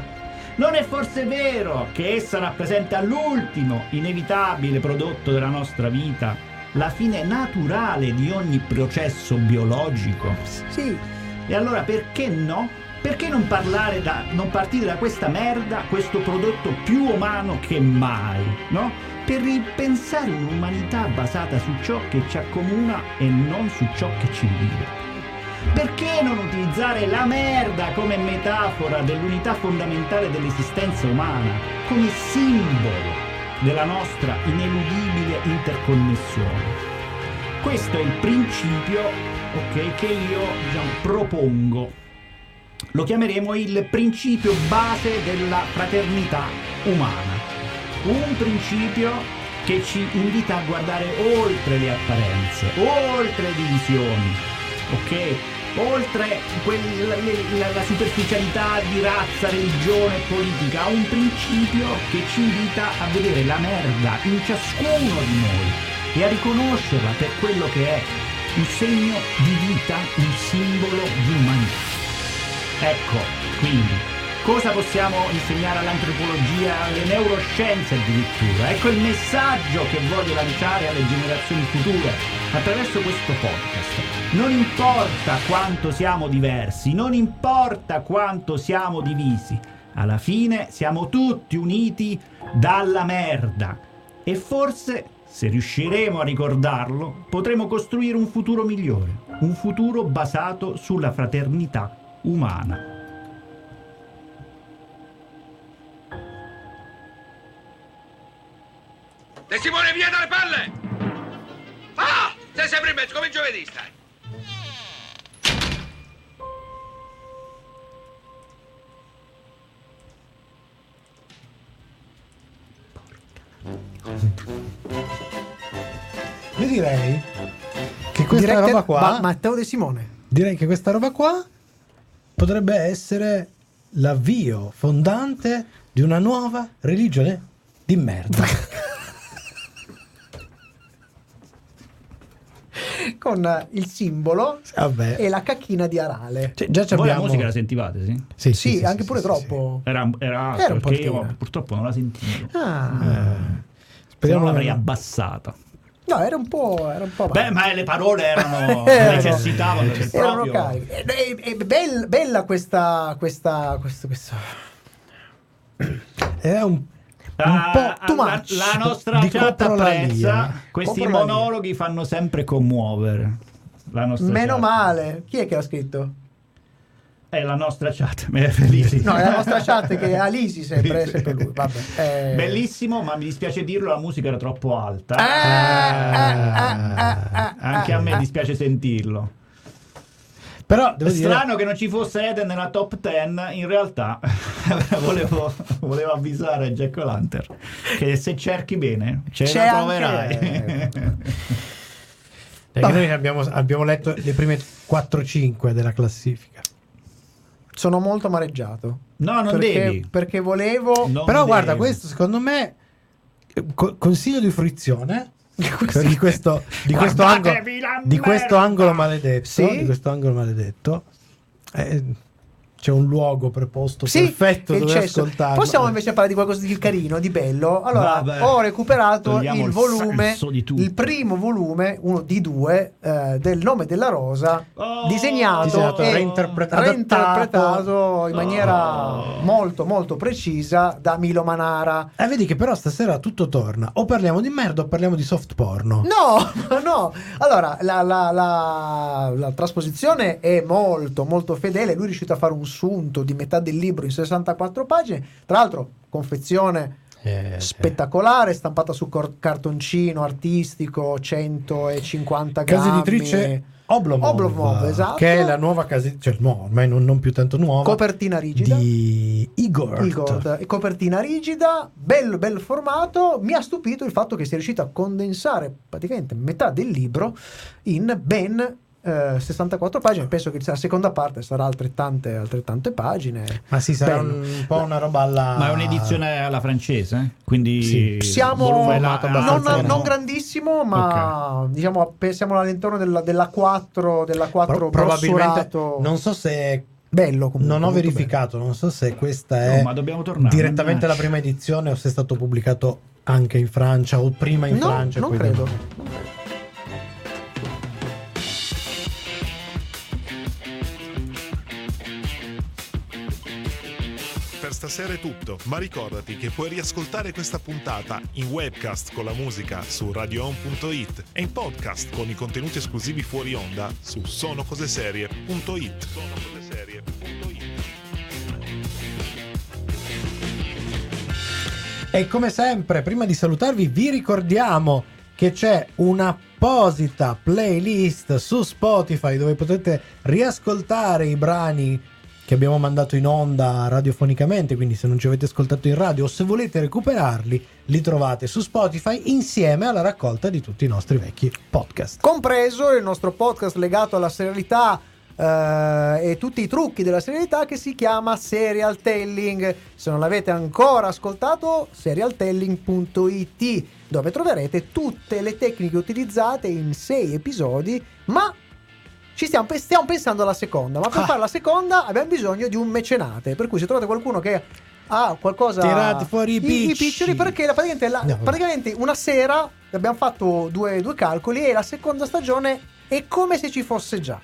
Speaker 2: Non è forse vero che essa rappresenta l'ultimo inevitabile prodotto della nostra vita, la fine naturale di ogni processo biologico?
Speaker 3: Sì,
Speaker 2: E allora perché no? Perché non, parlare da, non partire da questa merda, questo prodotto più umano che mai, no? Per ripensare un'umanità basata su ciò che ci accomuna e non su ciò che ci divide. Perché non utilizzare la merda come metafora dell'unità fondamentale dell'esistenza umana, come simbolo della nostra ineludibile interconnessione? Questo è il principio ok, che io diciamo, propongo. Lo chiameremo il principio base della fraternità umana. Un principio che ci invita a guardare oltre le apparenze, oltre le divisioni, ok? Oltre quel- le- la, la superficialità di razza, religione e politica, a un principio che ci invita a vedere la merda in ciascuno di noi e a riconoscerla per quello che è, un segno di vita, un simbolo di umanità. Ecco, quindi, cosa possiamo insegnare all'antropologia, alle neuroscienze addirittura? Ecco il messaggio che voglio lanciare alle generazioni future attraverso questo podcast. Non importa quanto siamo diversi, non importa quanto siamo divisi, alla fine siamo tutti uniti dalla merda. E forse, se riusciremo a ricordarlo, potremo costruire un futuro migliore, un futuro basato sulla fraternità umana.
Speaker 9: E Simone via dalle palle! Ah! Sei sempre in mezzo come giovedì stai!
Speaker 1: Io direi che questa
Speaker 3: Directed
Speaker 1: roba qua.
Speaker 3: by Matteo De Simone.
Speaker 1: Direi che questa roba qua potrebbe essere l'avvio fondante di una nuova religione di merda.
Speaker 3: Con eh, il simbolo
Speaker 1: Vabbè.
Speaker 3: e la cacchina di Arale.
Speaker 1: Cioè, già ci
Speaker 2: Voi la
Speaker 1: abbiamo
Speaker 2: musica la sentivate, sì?
Speaker 1: Sì,
Speaker 3: sì,
Speaker 1: sì, sì,
Speaker 3: anche
Speaker 1: sì,
Speaker 3: pure
Speaker 1: sì,
Speaker 3: troppo.
Speaker 2: Era, era alto,
Speaker 3: Era un
Speaker 2: perché
Speaker 3: portino.
Speaker 2: io purtroppo non la sentivo.
Speaker 3: Ah.
Speaker 1: sì.
Speaker 2: Se no
Speaker 1: Speriamo
Speaker 2: l'avrei
Speaker 1: che-
Speaker 2: abbassata.
Speaker 3: No, era un po'. Era un po
Speaker 2: Beh, ma le parole erano
Speaker 3: Erano-
Speaker 2: necessitavano del
Speaker 3: Erano
Speaker 2: proprio.
Speaker 3: cariche. Ed è- è bel- bella questa. questa questo, questo.
Speaker 1: è un, un
Speaker 2: Ah,
Speaker 1: po' too
Speaker 2: la,
Speaker 1: much
Speaker 2: la nostra
Speaker 1: di
Speaker 2: chat
Speaker 1: coprolalia.
Speaker 2: apprezza questi
Speaker 3: Coprolalia.
Speaker 2: monologhi fanno sempre commuovere. La nostra
Speaker 3: Meno
Speaker 2: chat.
Speaker 3: male. Chi è che l'ha scritto?
Speaker 2: È la nostra chat, mi è felice.
Speaker 3: No, è la nostra chat che è Alisi sempre, è sempre lui. Vabbè. eh.
Speaker 2: Bellissimo, ma mi dispiace dirlo, la musica era troppo alta.
Speaker 3: Eh, eh, eh, eh, eh,
Speaker 2: Anche a me dispiace sentirlo.
Speaker 1: Però devo dire-
Speaker 2: Strano che non ci fosse Eden nella top 10, in realtà volevo, volevo avvisare Jack O'Lantern che se cerchi bene ce
Speaker 3: C'è
Speaker 2: la
Speaker 3: anche-
Speaker 2: troverai.
Speaker 1: Cioè, che noi abbiamo, abbiamo letto le prime 4-5 della classifica.
Speaker 3: Sono molto amareggiato.
Speaker 2: No, non
Speaker 3: perché,
Speaker 2: devi.
Speaker 3: Perché volevo.
Speaker 2: Non
Speaker 1: Però guarda,
Speaker 2: devi.
Speaker 1: questo secondo me eh, co- consiglio di fruizione di questo, di questo angolo,
Speaker 2: Guardatevi la
Speaker 1: di questo
Speaker 2: merda!
Speaker 1: angolo maledetto.
Speaker 3: Sì?
Speaker 1: Di questo angolo maledetto. Eh, c'è un luogo preposto
Speaker 3: Sì,
Speaker 1: perfetto
Speaker 3: il
Speaker 1: dove
Speaker 3: cesso.
Speaker 1: ascoltarlo.
Speaker 3: Possiamo invece parlare di qualcosa di carino, di bello. Allora,
Speaker 2: Vabbè.
Speaker 3: ho recuperato
Speaker 2: Togliamo
Speaker 3: il
Speaker 2: il
Speaker 3: volume,
Speaker 2: sasso di tutto.
Speaker 3: il primo volume, uno di due, eh, del nome della rosa,
Speaker 2: Oh!
Speaker 3: disegnato,
Speaker 1: Disegnato,
Speaker 3: e
Speaker 1: reinterpretato,
Speaker 3: reinterpretato in maniera
Speaker 2: Oh.
Speaker 3: molto, molto precisa da Milo Manara.
Speaker 1: Eh, vedi che però stasera tutto torna. O parliamo di merda o parliamo di soft porno.
Speaker 3: No, ma no. Allora, la, la- la- la trasposizione è molto, molto fedele. Lui è riuscito a fare un sunto di metà del libro in 64 pagine. Tra l'altro, confezione
Speaker 1: Eh,
Speaker 3: spettacolare, stampata su cor- cartoncino artistico, 150 grammi.
Speaker 1: Casa editrice Oblomov,
Speaker 3: Oblomov, esatto.
Speaker 1: che è la nuova casa, cioè no, ormai non, non più tanto nuova,
Speaker 3: Copertina rigida.
Speaker 1: di Igor.
Speaker 3: Igor, e copertina rigida, bel, bel formato. Mi ha stupito il fatto che sia riuscito a condensare praticamente metà del libro in ben eh, 64 pagine. Penso che la seconda parte sarà altrettante, altrettante pagine.
Speaker 1: Ma sì, sarà
Speaker 3: Bello.
Speaker 1: un po' una roba alla
Speaker 2: Ma è un'edizione alla francese, eh? quindi
Speaker 1: Sì.
Speaker 3: Siamo
Speaker 2: volume-
Speaker 1: Volumellato
Speaker 3: non,
Speaker 1: abbastanza
Speaker 3: non
Speaker 1: grande.
Speaker 3: grandissimo, ma diciamo pensiamo all'intorno della, della 4, della 4
Speaker 1: Pro- probabilmente
Speaker 3: brossurato.
Speaker 1: non so se
Speaker 3: bello comunque.
Speaker 1: non ho
Speaker 3: molto
Speaker 1: verificato, non so se questa
Speaker 2: No,
Speaker 1: è
Speaker 2: ma dobbiamo tornare,
Speaker 1: direttamente
Speaker 2: mannaggia.
Speaker 1: la prima edizione o se è stato pubblicato anche in Francia o prima in
Speaker 3: bello. No,
Speaker 1: Francia. e
Speaker 3: non
Speaker 1: poi
Speaker 3: credo.
Speaker 1: da-
Speaker 10: Per stasera è tutto, ma ricordati che puoi riascoltare questa puntata in webcast con la musica su radioon.it e in podcast con i contenuti esclusivi fuori onda su sonocoseserie.it.
Speaker 1: E come sempre, prima di salutarvi, vi ricordiamo che c'è una un'apposita playlist su Spotify dove potete riascoltare i brani che abbiamo mandato in onda radiofonicamente, quindi se non ci avete ascoltato in radio o se volete recuperarli, li trovate su Spotify insieme alla raccolta di tutti i nostri vecchi podcast.
Speaker 3: compreso il nostro podcast legato alla serialità eh, e tutti i trucchi della serialità che si chiama Serial Telling. Se non l'avete ancora ascoltato, serialtelling.it dove troverete tutte le tecniche utilizzate in sei episodi, ma ci stiamo, pe- stiamo pensando alla seconda, ma per
Speaker 1: Ah.
Speaker 3: fare la seconda abbiamo bisogno di un mecenate, per cui se trovate qualcuno che ha Ah, qualcosa
Speaker 1: Tirate fuori i
Speaker 3: i,
Speaker 1: picci.
Speaker 3: piccioli perché la- praticamente, la-
Speaker 1: No.
Speaker 3: praticamente una sera abbiamo fatto due, due calcoli e la seconda stagione è come se ci fosse già.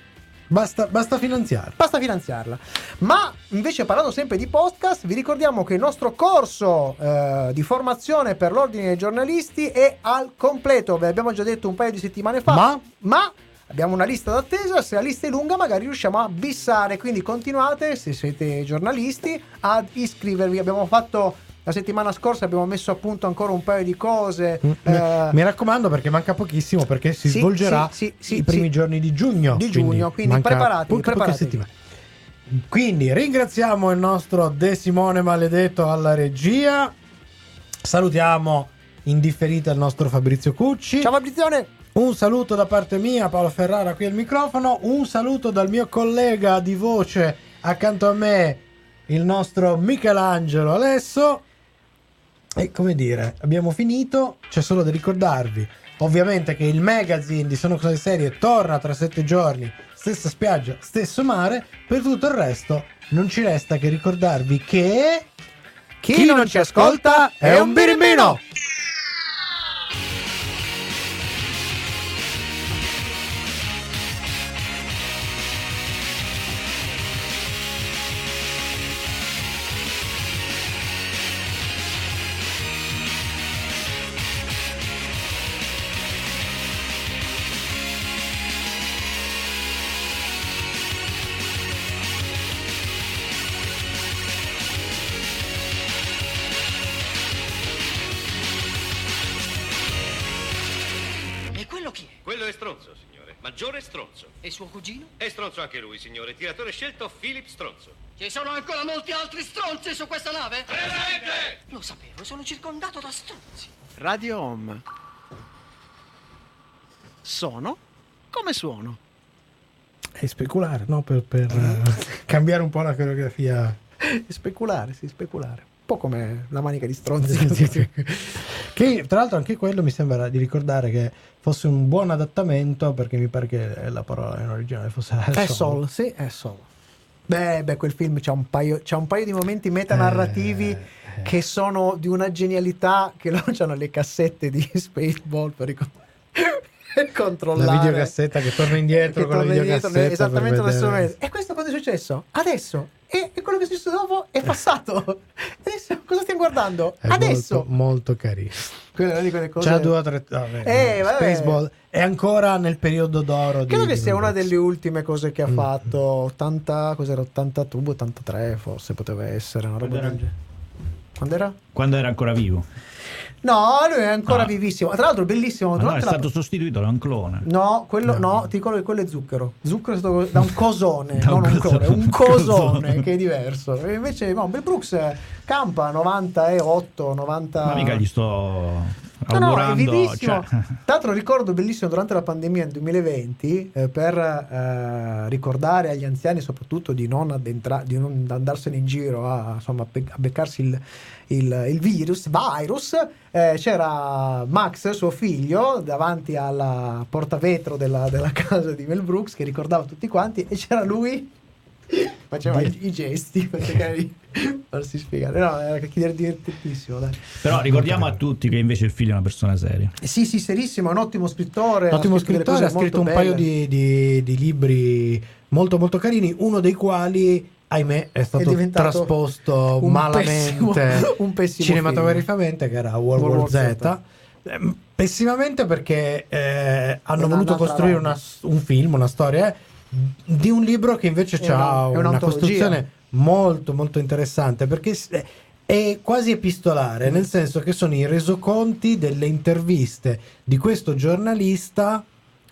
Speaker 1: Basta, basta finanziare.
Speaker 3: Basta finanziarla. Ma invece parlando sempre di podcast, vi ricordiamo che il nostro corso eh, di formazione per l'ordine dei giornalisti è al completo. Ve l'abbiamo già detto un paio di settimane fa.
Speaker 1: Ma?
Speaker 3: Ma abbiamo una lista d'attesa. Se la lista è lunga, magari riusciamo a bissare. Quindi continuate, se siete giornalisti, ad iscrivervi. Abbiamo fatto. La settimana scorsa abbiamo messo a punto ancora un paio di cose.
Speaker 1: Mm,
Speaker 3: eh,
Speaker 1: Mi raccomando perché manca pochissimo perché si
Speaker 3: Sì,
Speaker 1: svolgerà
Speaker 3: sì, sì, sì,
Speaker 1: i primi
Speaker 3: sì.
Speaker 1: giorni di giugno.
Speaker 3: Di giugno, quindi
Speaker 1: manca
Speaker 3: preparatevi,
Speaker 1: poche- poche
Speaker 3: preparatevi.
Speaker 1: settimane. Quindi ringraziamo il nostro De Simone Maledetto alla regia. Salutiamo in differita il nostro Fabrizio Cucci.
Speaker 3: Ciao Fabrizione!
Speaker 1: Un saluto da parte mia, Paolo Ferrara qui al microfono. Un saluto dal mio collega di voce accanto a me, il nostro Michelangelo Alesso. E come dire, abbiamo finito, c'è solo da ricordarvi. Ovviamente che il magazine di Sono Cose Serie torna tra sette giorni, stessa spiaggia, stesso mare. Per tutto il resto non ci resta che ricordarvi che...
Speaker 3: Chi non ci ascolta è un birimbino!
Speaker 6: E quello chi è?
Speaker 9: Quello è stronzo, signore. Maggiore stronzo.
Speaker 6: E suo cugino?
Speaker 9: È stronzo anche lui, signore. Tiratore scelto Philip Stronzo.
Speaker 6: Ci sono ancora molti altri stronzi su questa nave?
Speaker 9: Presente!
Speaker 6: Lo sapevo, sono circondato da stronzi.
Speaker 11: Radio Home. Sono come suono.
Speaker 1: È speculare, no? Per, per,
Speaker 3: Ah.
Speaker 1: eh, cambiare un po' la coreografia.
Speaker 3: Speculare, sì, speculare. Un po' come la manica di stronzi.
Speaker 1: che tra l'altro anche quello mi sembra di ricordare che fosse un buon adattamento perché mi pare che la parola in originale fosse
Speaker 3: È
Speaker 1: solo.
Speaker 3: Sol, sì, è Sol. Beh, beh, quel film c'ha un paio, c'ha un paio di momenti metanarrativi
Speaker 1: Eh, eh.
Speaker 3: che sono di una genialità che loro hanno le cassette di Spaceball per, ricon- per controllare.
Speaker 1: La videocassetta che torna indietro
Speaker 3: Che
Speaker 1: con la
Speaker 3: torna indietro,
Speaker 1: videocassetta per
Speaker 3: esattamente lo stesso
Speaker 1: vedere.
Speaker 3: momento. E questo quando è successo? Adesso. E, e quello che è successo dopo è passato. Adesso cosa stiamo guardando?
Speaker 1: Eh. È
Speaker 3: Adesso.
Speaker 1: molto, molto carino.
Speaker 3: Quella è una di quelle cose.
Speaker 1: C'ha due o tre. vabbè,
Speaker 3: Eh, vabbè.
Speaker 1: Spaceball è ancora nel periodo d'oro.
Speaker 3: Credo
Speaker 1: di-
Speaker 3: che
Speaker 1: di
Speaker 3: sia una
Speaker 1: Robert.
Speaker 3: delle ultime cose che ha
Speaker 1: Mm.
Speaker 3: fatto. 80, cos'era? 82, 83 forse poteva essere una roba
Speaker 2: Quando
Speaker 3: del
Speaker 2: era-
Speaker 3: genere. Quando era?
Speaker 2: Quando era ancora vivo.
Speaker 3: No, lui è ancora
Speaker 2: Ah.
Speaker 3: vivissimo. Tra l'altro, bellissimo.
Speaker 2: Ma no, è
Speaker 3: durante la-
Speaker 2: stato sostituito da un clone.
Speaker 3: No, quello
Speaker 1: No.
Speaker 3: no, ti dico che quello è zucchero. Zucchero è stato da un cosone,
Speaker 2: Da un
Speaker 3: non un clone,
Speaker 2: cosone.
Speaker 3: un cosone
Speaker 2: Cosone.
Speaker 3: che è diverso. E invece, no, Bill Brooks campa 98, 90.
Speaker 2: Ma mica gli sto
Speaker 3: No, no, è
Speaker 2: augurando.
Speaker 3: vivissimo.
Speaker 2: cioè,
Speaker 3: Tra l'altro ricordo bellissimo durante la pandemia del 2020 eh, per eh, ricordare agli anziani soprattutto di non, addentra- di non andarsene in giro a, insomma, a pe- a beccarsi il, il- il virus, virus eh, c'era Max, suo figlio, davanti alla porta vetro della, della casa di Mel Brooks che ricordava tutti quanti e c'era lui faceva i, i gesti per cercare di farsi spiegare. No, era divertentissimo, dai.
Speaker 2: però ricordiamo a tutti che invece il figlio è una persona seria.
Speaker 3: Eh Sì, sì, serissimo, è un ottimo scrittore.
Speaker 1: Un ottimo
Speaker 3: ha scritto
Speaker 1: scrittore,
Speaker 3: delle
Speaker 1: ha
Speaker 3: cose
Speaker 1: scritto un
Speaker 3: molto
Speaker 1: paio di,
Speaker 3: belle.
Speaker 1: di- di libri molto molto carini, uno dei quali, ahimè, è
Speaker 3: È
Speaker 1: stato
Speaker 3: diventato
Speaker 1: trasposto
Speaker 3: un
Speaker 1: malamente
Speaker 3: pessimo- un pessimo
Speaker 1: cinematograficamente, che era World,
Speaker 3: World
Speaker 1: War
Speaker 3: War
Speaker 1: Z. Ehm, Pessimamente perché eh, hanno
Speaker 3: È
Speaker 1: voluto
Speaker 3: un'altra
Speaker 1: costruire
Speaker 3: roba.
Speaker 1: una s- un film, una storia eh, di un libro che invece
Speaker 3: È
Speaker 1: ha
Speaker 3: una- è
Speaker 1: una,
Speaker 3: un'antologia.
Speaker 1: costruzione molto molto interessante perché s- è- è quasi epistolare, nel senso che sono i resoconti delle interviste di questo giornalista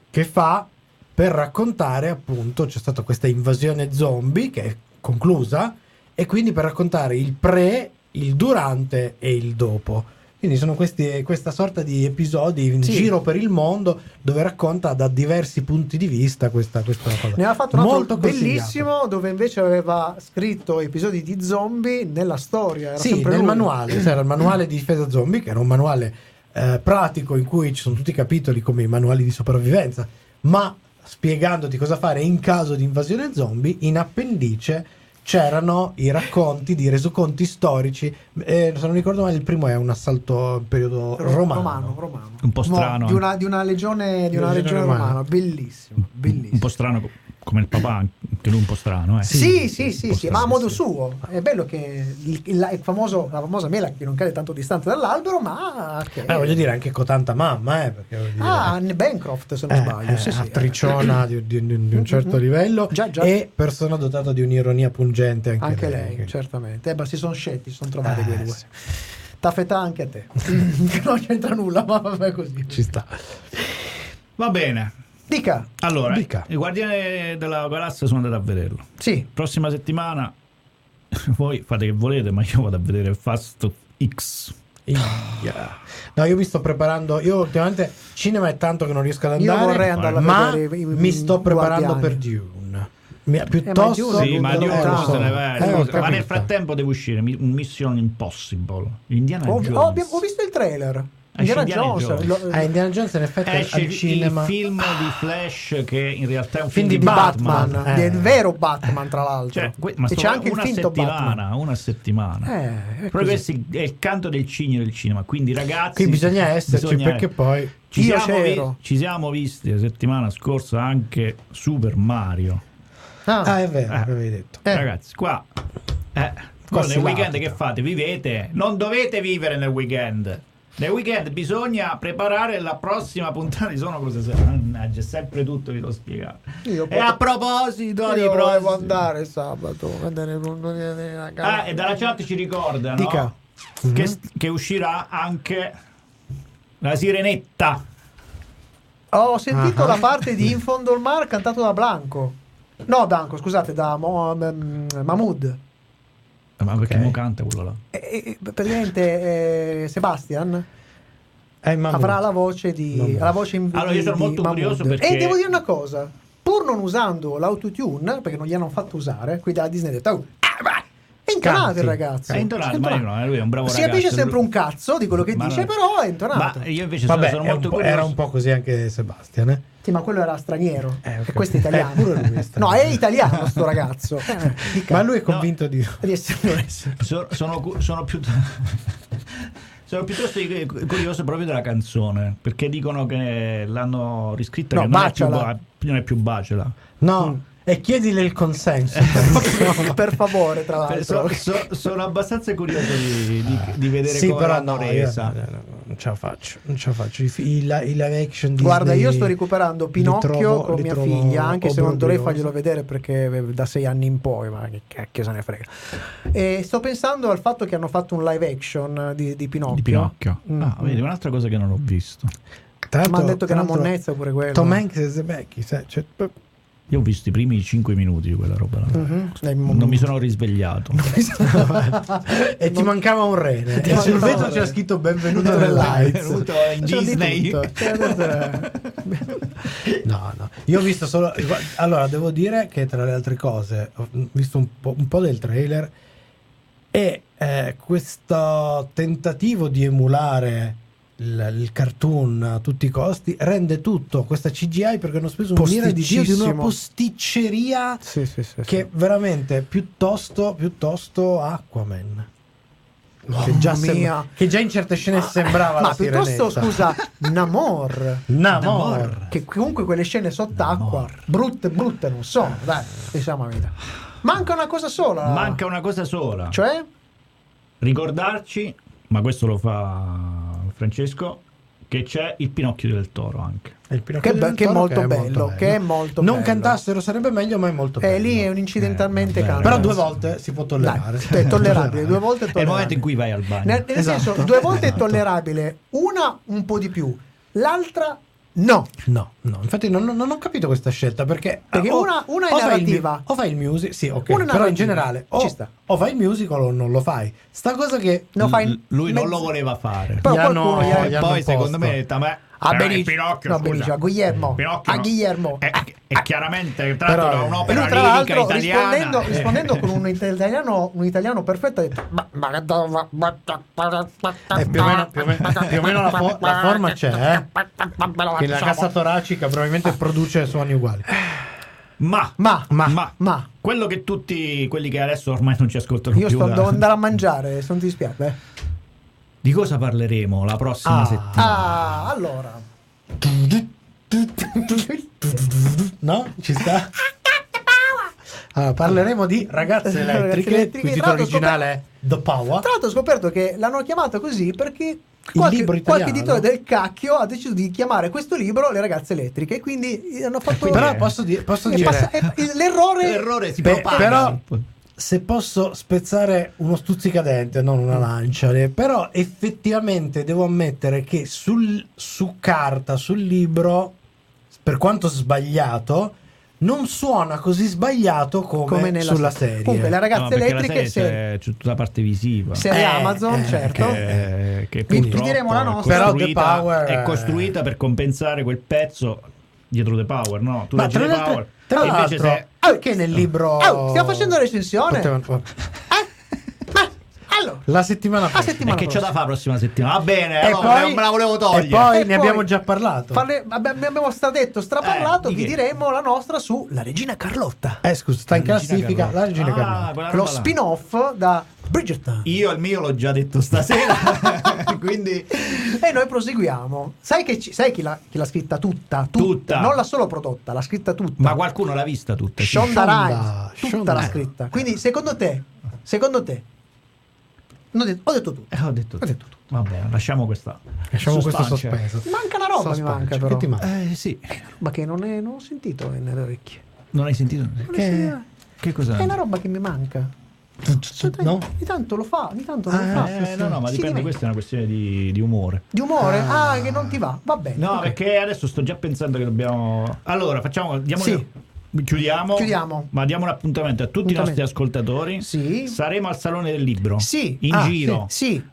Speaker 1: che fa per raccontare appunto c'è stata questa invasione zombie che è conclusa e quindi per raccontare il pre, il durante e il dopo. Quindi sono questi, questa sorta di episodi in
Speaker 3: Sì.
Speaker 1: giro per il mondo dove racconta da diversi punti di vista questa, questa cosa.
Speaker 3: Ne ha fatto un
Speaker 1: consigliato.
Speaker 3: altro bellissimo dove invece aveva scritto episodi di zombie nella storia. Era
Speaker 1: Sì,
Speaker 3: sempre
Speaker 1: nel
Speaker 3: lui.
Speaker 1: manuale, c'era il manuale di difesa zombie, che era un manuale eh, pratico in cui ci sono tutti i capitoli come i manuali di sopravvivenza, ma spiegandoti cosa fare in caso di invasione zombie, in appendice c'erano i racconti di resoconti storici. Eh, se non ricordo male, il primo è un assalto in periodo
Speaker 3: Ro-
Speaker 1: romano.
Speaker 3: romano, romano.
Speaker 2: Un po'
Speaker 3: No,
Speaker 2: strano. eh.
Speaker 3: di, una, di una legione, di una
Speaker 1: Legione
Speaker 3: legione
Speaker 1: romana.
Speaker 3: romana. bellissimo, bellissimo.
Speaker 2: Un po' strano co- come il papà, anche lui un po' strano. Eh.
Speaker 3: Sì, sì,
Speaker 2: un
Speaker 3: sì,
Speaker 2: po'
Speaker 3: sì, ma a
Speaker 2: strano,
Speaker 3: modo
Speaker 2: sì.
Speaker 3: suo. È bello che il, il- il famoso, la famosa mela che non cade tanto distante dall'albero, ma che...
Speaker 1: Eh, voglio dire, anche Cotanta Mamma, eh, perché voglio dire-
Speaker 3: Ah, Anne Bancroft, se non
Speaker 1: Eh,
Speaker 3: sbaglio.
Speaker 1: eh,
Speaker 3: sì, sì.
Speaker 1: attriciona di, di- di- di un certo
Speaker 3: Mhm.
Speaker 1: livello
Speaker 3: Già, già.
Speaker 1: e persona dotata di un'ironia pungente anche,
Speaker 3: Anche lei,
Speaker 1: che-
Speaker 3: certamente. Eh, ma si sono scelti, si sono trovati
Speaker 1: Eh,
Speaker 3: quei due.
Speaker 1: sì.
Speaker 3: Taffetà anche a te. non c'entra nulla, ma vabbè così.
Speaker 1: ci sta.
Speaker 2: Va bene.
Speaker 3: Dica,
Speaker 2: Allora,
Speaker 1: Dica.
Speaker 2: il Guardiane della Galassia sono andato a vederlo.
Speaker 3: sì,
Speaker 2: Prossima settimana voi fate che volete, ma io vado a vedere Fast X.
Speaker 1: Ia. No, io mi sto preparando. Io ultimamente cinema è tanto che non riesco ad
Speaker 3: io
Speaker 1: andare.
Speaker 3: vorrei andare a
Speaker 1: ma
Speaker 3: vedere i- i-
Speaker 1: mi sto preparando
Speaker 3: Guardiani. Eh,
Speaker 1: per Dune. Mi- piuttosto
Speaker 3: Dune-
Speaker 2: Sì, ma
Speaker 3: Dune-
Speaker 2: di un
Speaker 3: Eh,
Speaker 2: po'
Speaker 3: lo so.
Speaker 2: se ne va,
Speaker 1: Eh, ho
Speaker 2: scusa. Ma nel
Speaker 1: capito.
Speaker 2: frattempo deve uscire mi- un Mission Impossible. Indiana
Speaker 3: Ho,
Speaker 2: Ah, Jones.
Speaker 3: ho- abbiamo- ho visto il trailer.
Speaker 2: Esce
Speaker 3: Indiana
Speaker 2: Indiana
Speaker 3: Jones.
Speaker 2: Jones.
Speaker 3: lo-
Speaker 1: Eh, Indiana Jones in effetti è
Speaker 2: Esce
Speaker 1: al
Speaker 2: il,
Speaker 1: cinema. Ah.
Speaker 2: il film di Flash che in realtà è un
Speaker 1: Film
Speaker 2: film,
Speaker 1: di
Speaker 3: di Batman,
Speaker 1: Batman, eh.
Speaker 3: del vero Batman tra l'altro.
Speaker 2: Cioè, que- ma
Speaker 3: e c'è
Speaker 2: sto-
Speaker 3: anche il
Speaker 2: una
Speaker 3: finto Batman.
Speaker 2: settimana, una settimana.
Speaker 3: Eh, è
Speaker 2: Proprio
Speaker 3: così.
Speaker 2: questo è il canto del cigno del cinema. Quindi, ragazzi,
Speaker 1: Qui bisogna esserci
Speaker 2: bisogna-
Speaker 1: perché poi.
Speaker 2: ci
Speaker 3: Io
Speaker 2: siamo, vi-
Speaker 3: c'ero.
Speaker 2: ci siamo visti la settimana scorsa anche Super Mario.
Speaker 1: Ah,
Speaker 3: Ah,
Speaker 1: è vero,
Speaker 2: Eh.
Speaker 1: avevi detto.
Speaker 2: Ragazzi, qua, eh,
Speaker 1: Qua
Speaker 2: voi
Speaker 1: si
Speaker 2: nel weekend
Speaker 1: latita.
Speaker 2: che fate? Vivete? Non dovete vivere nel weekend. Nel weekend bisogna preparare la prossima puntata di Sono Cose Serie. Mannaggia, è sempre tutto vi devo spiegare.
Speaker 3: Io
Speaker 2: E a proposito di
Speaker 3: io
Speaker 2: prossimo-
Speaker 3: volevo andare sabato a vedere la gara.
Speaker 2: Ah, e dalla chat ci ricordano
Speaker 3: Dica. Mhm.
Speaker 2: che, che uscirà anche la sirenetta.
Speaker 3: Ho sentito
Speaker 1: Ah.
Speaker 3: la parte di In fondo al mar cantato da Blanco. No, Blanco, scusate, da Mo- mm, Mahmood.
Speaker 2: Ma perché
Speaker 1: Ok.
Speaker 2: non canta quello là?
Speaker 3: E- e- e praticamente eh, Sebastian
Speaker 1: Eh, mamma.
Speaker 3: avrà la voce di
Speaker 1: Mahmood.
Speaker 3: la voce in,
Speaker 2: Allora, io sono
Speaker 3: di
Speaker 2: molto
Speaker 3: Mahmood.
Speaker 2: curioso perché-
Speaker 3: E devo dire una cosa, pur non usando l'autotune, perché non gli hanno fatto usare, qui dalla Disney ha detto "Oh, ah, vai". è intonato
Speaker 1: Canti.
Speaker 3: il ragazzo.
Speaker 2: È intonato,
Speaker 3: È
Speaker 2: ma io no, eh, lui è un bravo
Speaker 3: si
Speaker 2: ragazzo.
Speaker 3: capisce sempre un cazzo di quello che
Speaker 2: Ma-
Speaker 3: dice, però è intonato.
Speaker 2: Ma io invece
Speaker 1: Vabbè, è
Speaker 2: sono, sono
Speaker 1: un
Speaker 2: molto
Speaker 1: po'-
Speaker 2: curioso.
Speaker 1: era un po' così anche Sebastian. eh.
Speaker 3: Sì, ma quello era straniero.
Speaker 1: Eh, ho
Speaker 3: e
Speaker 1: capito.
Speaker 3: questo è italiano.
Speaker 1: Eh, pure lui è straniero.
Speaker 3: no, è italiano sto ragazzo. Eh, dica.
Speaker 1: Ma lui è convinto di.
Speaker 3: Di essere-
Speaker 2: So- sono, cu- sono più- sono piuttosto cu- curioso proprio della canzone perché dicono che l'hanno riscritta che
Speaker 3: No,
Speaker 2: non è, più
Speaker 3: Baciala.
Speaker 2: ba- non è più Bacela.
Speaker 1: No, e chiedile il consenso.
Speaker 3: per favore, tra l'altro.
Speaker 2: Cioè, So- so- sono abbastanza curioso di, di- di vedere
Speaker 1: sì,
Speaker 2: come
Speaker 1: però
Speaker 2: l'hanno
Speaker 1: no, io-
Speaker 2: resa.
Speaker 1: no, no, no, non ce la faccio, non ce la faccio. I, fi- i, la- i live action Disney
Speaker 3: Guarda, io sto recuperando
Speaker 1: li
Speaker 3: Pinocchio
Speaker 1: trovo-
Speaker 3: con
Speaker 1: li
Speaker 3: mia
Speaker 1: trovo
Speaker 3: figlia, anche se non dovrei
Speaker 1: obbrobriosi.
Speaker 3: farglielo vedere perché eh, da sei anni in poi, ma che cacchio se ne frega. E sto pensando al fatto che hanno fatto un live action di, di Pinocchio.
Speaker 2: Di Pinocchio.
Speaker 3: Mm.
Speaker 2: Ah, vedi, un'altra cosa che non ho visto.
Speaker 1: Tra
Speaker 3: Mi
Speaker 1: l'altro-
Speaker 3: hanno detto che
Speaker 1: tra
Speaker 3: era
Speaker 1: l'altro,
Speaker 3: monnezza pure quello.
Speaker 1: Tom Hanks e Zemeckis, eh, cioè, p-
Speaker 2: Io ho visto i primi 5 minuti di quella roba. là.
Speaker 3: Mhm. Eh, mo-
Speaker 2: Non mi sono risvegliato.
Speaker 1: e ti mancava un rene.
Speaker 3: Ti
Speaker 1: E sul
Speaker 3: mancava
Speaker 1: vetro c'era
Speaker 3: un rene.
Speaker 1: scritto benvenuto
Speaker 3: Benvenuto
Speaker 1: nell'Aids.
Speaker 2: Benvenuto in
Speaker 3: C'era di
Speaker 2: Disney.
Speaker 3: tutto. C'era da-
Speaker 1: No, no. Io ho visto solo. Allora, devo dire che tra le altre cose, ho visto un po', un po' del trailer e eh, questo tentativo di emulare il, il cartoon a tutti i costi rende tutto questa CGI perché hanno speso un mira di Dio di una
Speaker 3: Posticcissimo.
Speaker 1: posticceria
Speaker 3: Sì, sì, sì, sì.
Speaker 1: che veramente piuttosto, piuttosto Aquaman. Che già,
Speaker 3: Oh, Mamma
Speaker 1: sembra-
Speaker 3: mia. Ah,
Speaker 1: che già in certe scene sembrava
Speaker 3: Ma
Speaker 1: la
Speaker 3: piuttosto,
Speaker 1: sirenetta.
Speaker 3: scusa, Namor.
Speaker 1: Namor.
Speaker 3: Che comunque quelle scene sott'acqua,
Speaker 2: Namor.
Speaker 3: brutte, brutte non sono, dai, diciamo la verità. Manca una cosa sola.
Speaker 2: Manca una cosa sola.
Speaker 3: Cioè?
Speaker 2: ricordarci, ma questo lo fa Francesco, che c'è il Pinocchio del Toro anche.
Speaker 1: È il Pinocchio
Speaker 3: Che
Speaker 1: del
Speaker 3: be- che è
Speaker 1: Toro
Speaker 3: molto bello, che è molto
Speaker 1: non
Speaker 3: bello.
Speaker 1: cantassero sarebbe meglio, ma è molto
Speaker 3: Eh,
Speaker 1: bello.
Speaker 3: lì è un incidentalmente
Speaker 2: Eh, vabbè,
Speaker 3: canto.
Speaker 1: Però
Speaker 2: ragazzi.
Speaker 1: due volte si può tollerare.
Speaker 3: Dai, è tollerabile, due volte è
Speaker 2: È il momento
Speaker 3: tollerabile.
Speaker 2: in cui vai al bagno.
Speaker 3: Nel, nel
Speaker 1: Esatto.
Speaker 3: senso, due volte è
Speaker 1: Esatto.
Speaker 3: tollerabile, una un po' di più, l'altra No,
Speaker 1: No, no, infatti non, non- non ho capito questa scelta perché... ah,
Speaker 3: Perché
Speaker 1: o-
Speaker 3: una- una è
Speaker 1: o fai il mu-
Speaker 3: narrativa.
Speaker 1: o fai il music, sì, ok,
Speaker 3: Una è
Speaker 1: però in
Speaker 3: narrativa.
Speaker 1: generale o,
Speaker 3: Ci sta.
Speaker 1: o fai il musical o non lo fai. Sta cosa che...
Speaker 3: no, fai
Speaker 2: L- lui non
Speaker 3: mezzo-
Speaker 2: lo voleva fare.
Speaker 3: Però
Speaker 1: Gli hanno-
Speaker 3: qualcuno gli ha-
Speaker 1: gli
Speaker 2: e
Speaker 1: hanno
Speaker 2: poi
Speaker 1: imposto.
Speaker 2: secondo me ma-
Speaker 3: A
Speaker 2: eh,
Speaker 3: Benicio-
Speaker 2: Pinocchio,
Speaker 3: no,
Speaker 2: scusa.
Speaker 3: Benicio, a Guillermo.
Speaker 2: Pinocchio
Speaker 3: A
Speaker 2: no. Eh,
Speaker 3: Guillermo.
Speaker 2: è,
Speaker 3: A-
Speaker 2: è chiaramente tratto
Speaker 1: Però-
Speaker 2: da
Speaker 3: E
Speaker 2: un'opera
Speaker 3: lui, tra
Speaker 2: lirica
Speaker 3: l'altro,
Speaker 2: italiana
Speaker 3: rispondendo,
Speaker 2: Eh.
Speaker 3: rispondendo con un italiano, un italiano perfetto, ha detto: Ma, ma, ma, ma,
Speaker 1: Eh, più, o meno, più o meno- più o meno la, fo- la forma c'è, eh? Che la
Speaker 3: diciamo.
Speaker 1: cassa toracica probabilmente produce suoni uguali.
Speaker 2: ma,
Speaker 3: ma,
Speaker 1: Ma-
Speaker 2: ma-
Speaker 3: ma.
Speaker 2: quello che tutti quelli che adesso ormai non ci ascoltano
Speaker 3: Io
Speaker 2: più
Speaker 3: sto,
Speaker 2: da-
Speaker 3: devo andare a mangiare, sono dispiace. eh.
Speaker 2: di cosa parleremo la prossima
Speaker 1: Ah.
Speaker 2: settimana
Speaker 3: Ah, allora.
Speaker 1: No? Ci sta? Allora, parleremo di ragazze
Speaker 3: Ragazze
Speaker 1: elettriche,
Speaker 3: elettriche,
Speaker 1: il
Speaker 3: tra
Speaker 1: titolo
Speaker 3: l'altro
Speaker 1: originale è The Power.
Speaker 3: Tra l'altro ho scoperto che l'hanno chiamato così perché qualche,
Speaker 1: libro
Speaker 3: qualche
Speaker 1: italiano.
Speaker 3: editore del cacchio ha deciso di chiamare questo libro Le ragazze elettriche. Quindi hanno fatto.
Speaker 2: quindi-
Speaker 1: Però eh, posso, di- posso
Speaker 3: e
Speaker 1: dire...
Speaker 3: passa- eh. e- l'errore.
Speaker 2: l'errore si
Speaker 1: Beh,
Speaker 2: propaga
Speaker 1: però- se posso spezzare uno stuzzicadente, non una lancia, eh, però effettivamente devo ammettere che sul- su carta, sul libro, per quanto sbagliato, non suona così sbagliato come,
Speaker 3: Come nella
Speaker 1: sulla serie.
Speaker 3: Comunque, le
Speaker 2: No,
Speaker 3: ragazze
Speaker 2: perché la
Speaker 3: elettriche.
Speaker 2: serie
Speaker 3: se-
Speaker 2: c'è, c'è tutta la parte visiva
Speaker 3: serie
Speaker 1: Eh,
Speaker 3: Amazon,
Speaker 1: eh,
Speaker 3: certo.
Speaker 2: che, che
Speaker 3: Vi- vi
Speaker 2: purtroppo
Speaker 3: diremo la
Speaker 2: è
Speaker 3: nostra.
Speaker 1: Però The
Speaker 2: costruita-
Speaker 1: Power
Speaker 2: è
Speaker 1: è-
Speaker 2: costruita per compensare quel pezzo dietro The Power no? tu
Speaker 1: Ma
Speaker 2: leggi
Speaker 1: tra
Speaker 2: The
Speaker 1: l'altro,
Speaker 2: Power
Speaker 1: tra
Speaker 2: e invece
Speaker 1: l'altro,
Speaker 2: se-
Speaker 1: perché nel libro...
Speaker 2: Ah,
Speaker 3: Oh, stiamo facendo recensione.
Speaker 1: Potevano-
Speaker 3: Eh? Ma allora,
Speaker 1: La settimana
Speaker 3: la
Speaker 1: prossima.
Speaker 2: E
Speaker 3: settimana
Speaker 2: che c'è
Speaker 3: prossima.
Speaker 2: da fare la prossima settimana? Va bene,
Speaker 1: E
Speaker 2: allora,
Speaker 1: poi-
Speaker 2: non Eh, me la volevo togliere.
Speaker 1: E poi
Speaker 3: E
Speaker 1: ne
Speaker 3: poi-
Speaker 1: abbiamo già parlato.
Speaker 3: Parle- abbi- abbiamo stradetto, straparlato.
Speaker 2: Eh, di
Speaker 3: vi
Speaker 2: che?
Speaker 3: diremo la nostra su La Regina Carlotta.
Speaker 1: Eh, scusa, sta in
Speaker 2: Regina
Speaker 1: classifica
Speaker 2: Carlotta.
Speaker 1: la Regina
Speaker 2: Ah,
Speaker 1: Carlotta.
Speaker 2: quella
Speaker 3: Lo
Speaker 2: roba là.
Speaker 3: spin-off da Bridgerton.
Speaker 2: Io il mio l'ho già detto stasera, quindi
Speaker 3: E noi proseguiamo. Sai, che ci- sai chi, l'ha, chi l'ha scritta tutta, tutta?
Speaker 2: Tutta.
Speaker 3: Non l'ha solo prodotta, l'ha scritta tutta.
Speaker 2: ma qualcuno l'ha vista tutta. sì.
Speaker 3: Shonda
Speaker 1: Shonda,
Speaker 3: Rhimes, tutta
Speaker 1: Shonda.
Speaker 3: l'ha scritta. Quindi, secondo te, secondo te, non ho detto, ho detto tutto.
Speaker 2: Eh, ho detto
Speaker 3: Ho detto
Speaker 2: tutto. Va bene, lasciamo questa.
Speaker 1: Lasciamo questo
Speaker 2: suspense.
Speaker 1: sospeso.
Speaker 3: Manca una roba, mi
Speaker 1: Sospeso.
Speaker 3: manca
Speaker 1: Che
Speaker 3: però.
Speaker 1: ti manca?
Speaker 2: Eh sì,
Speaker 3: Ma che non, è- non ho sentito eh, nelle orecchie.
Speaker 2: non hai sentito?
Speaker 1: Eh,
Speaker 3: Che-
Speaker 2: Che cos'è?
Speaker 3: È una roba che mi manca. Cioè,
Speaker 1: No?
Speaker 3: Ogni tanto lo fa, ogni tanto non
Speaker 1: Ah,
Speaker 3: lo fa.
Speaker 2: Eh, no, no, ma
Speaker 3: Si
Speaker 2: dipende,
Speaker 3: diventa-
Speaker 2: questa è una questione di, di umore.
Speaker 3: Di umore?
Speaker 1: Ah.
Speaker 3: Ah. che non ti va. Va bene.
Speaker 2: No,
Speaker 3: ok.
Speaker 2: perché adesso sto già pensando che dobbiamo... Allora, facciamo... Diamo
Speaker 3: Sì.
Speaker 2: Chiudiamo,
Speaker 3: Chiudiamo.
Speaker 2: ma diamo un appuntamento a tutti i nostri
Speaker 3: Appuntamento.
Speaker 2: ascoltatori.
Speaker 3: Sì.
Speaker 2: Saremo al Salone del Libro.
Speaker 3: Sì.
Speaker 2: In
Speaker 3: Ah,
Speaker 2: giro.
Speaker 3: Sì.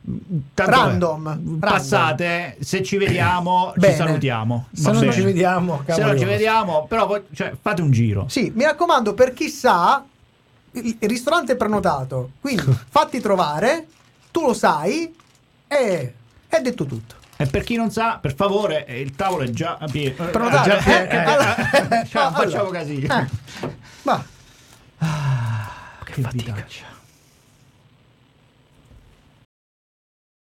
Speaker 2: Tanto
Speaker 3: Random,
Speaker 2: è.
Speaker 3: random.
Speaker 2: Passate, se ci vediamo, ci
Speaker 3: Bene.
Speaker 2: salutiamo.
Speaker 1: Se
Speaker 2: Va
Speaker 1: non
Speaker 2: bene.
Speaker 1: ci vediamo,
Speaker 2: Se non
Speaker 1: cavolo.
Speaker 2: ci vediamo, però voi- cioè, fate un giro.
Speaker 3: sì. Sì, mi raccomando, per chi sa, il il ristorante è prenotato. Quindi fatti trovare, tu lo sai e è detto tutto.
Speaker 2: E per chi non sa, per favore, eh, il tavolo è già a pie- eh,
Speaker 3: Prenotato.
Speaker 2: già pie-
Speaker 3: Eh,
Speaker 2: eh,
Speaker 3: allora-
Speaker 2: eh, cioè,
Speaker 3: allora.
Speaker 2: Facciamo casino.
Speaker 3: Eh, Va.
Speaker 2: Che fatica.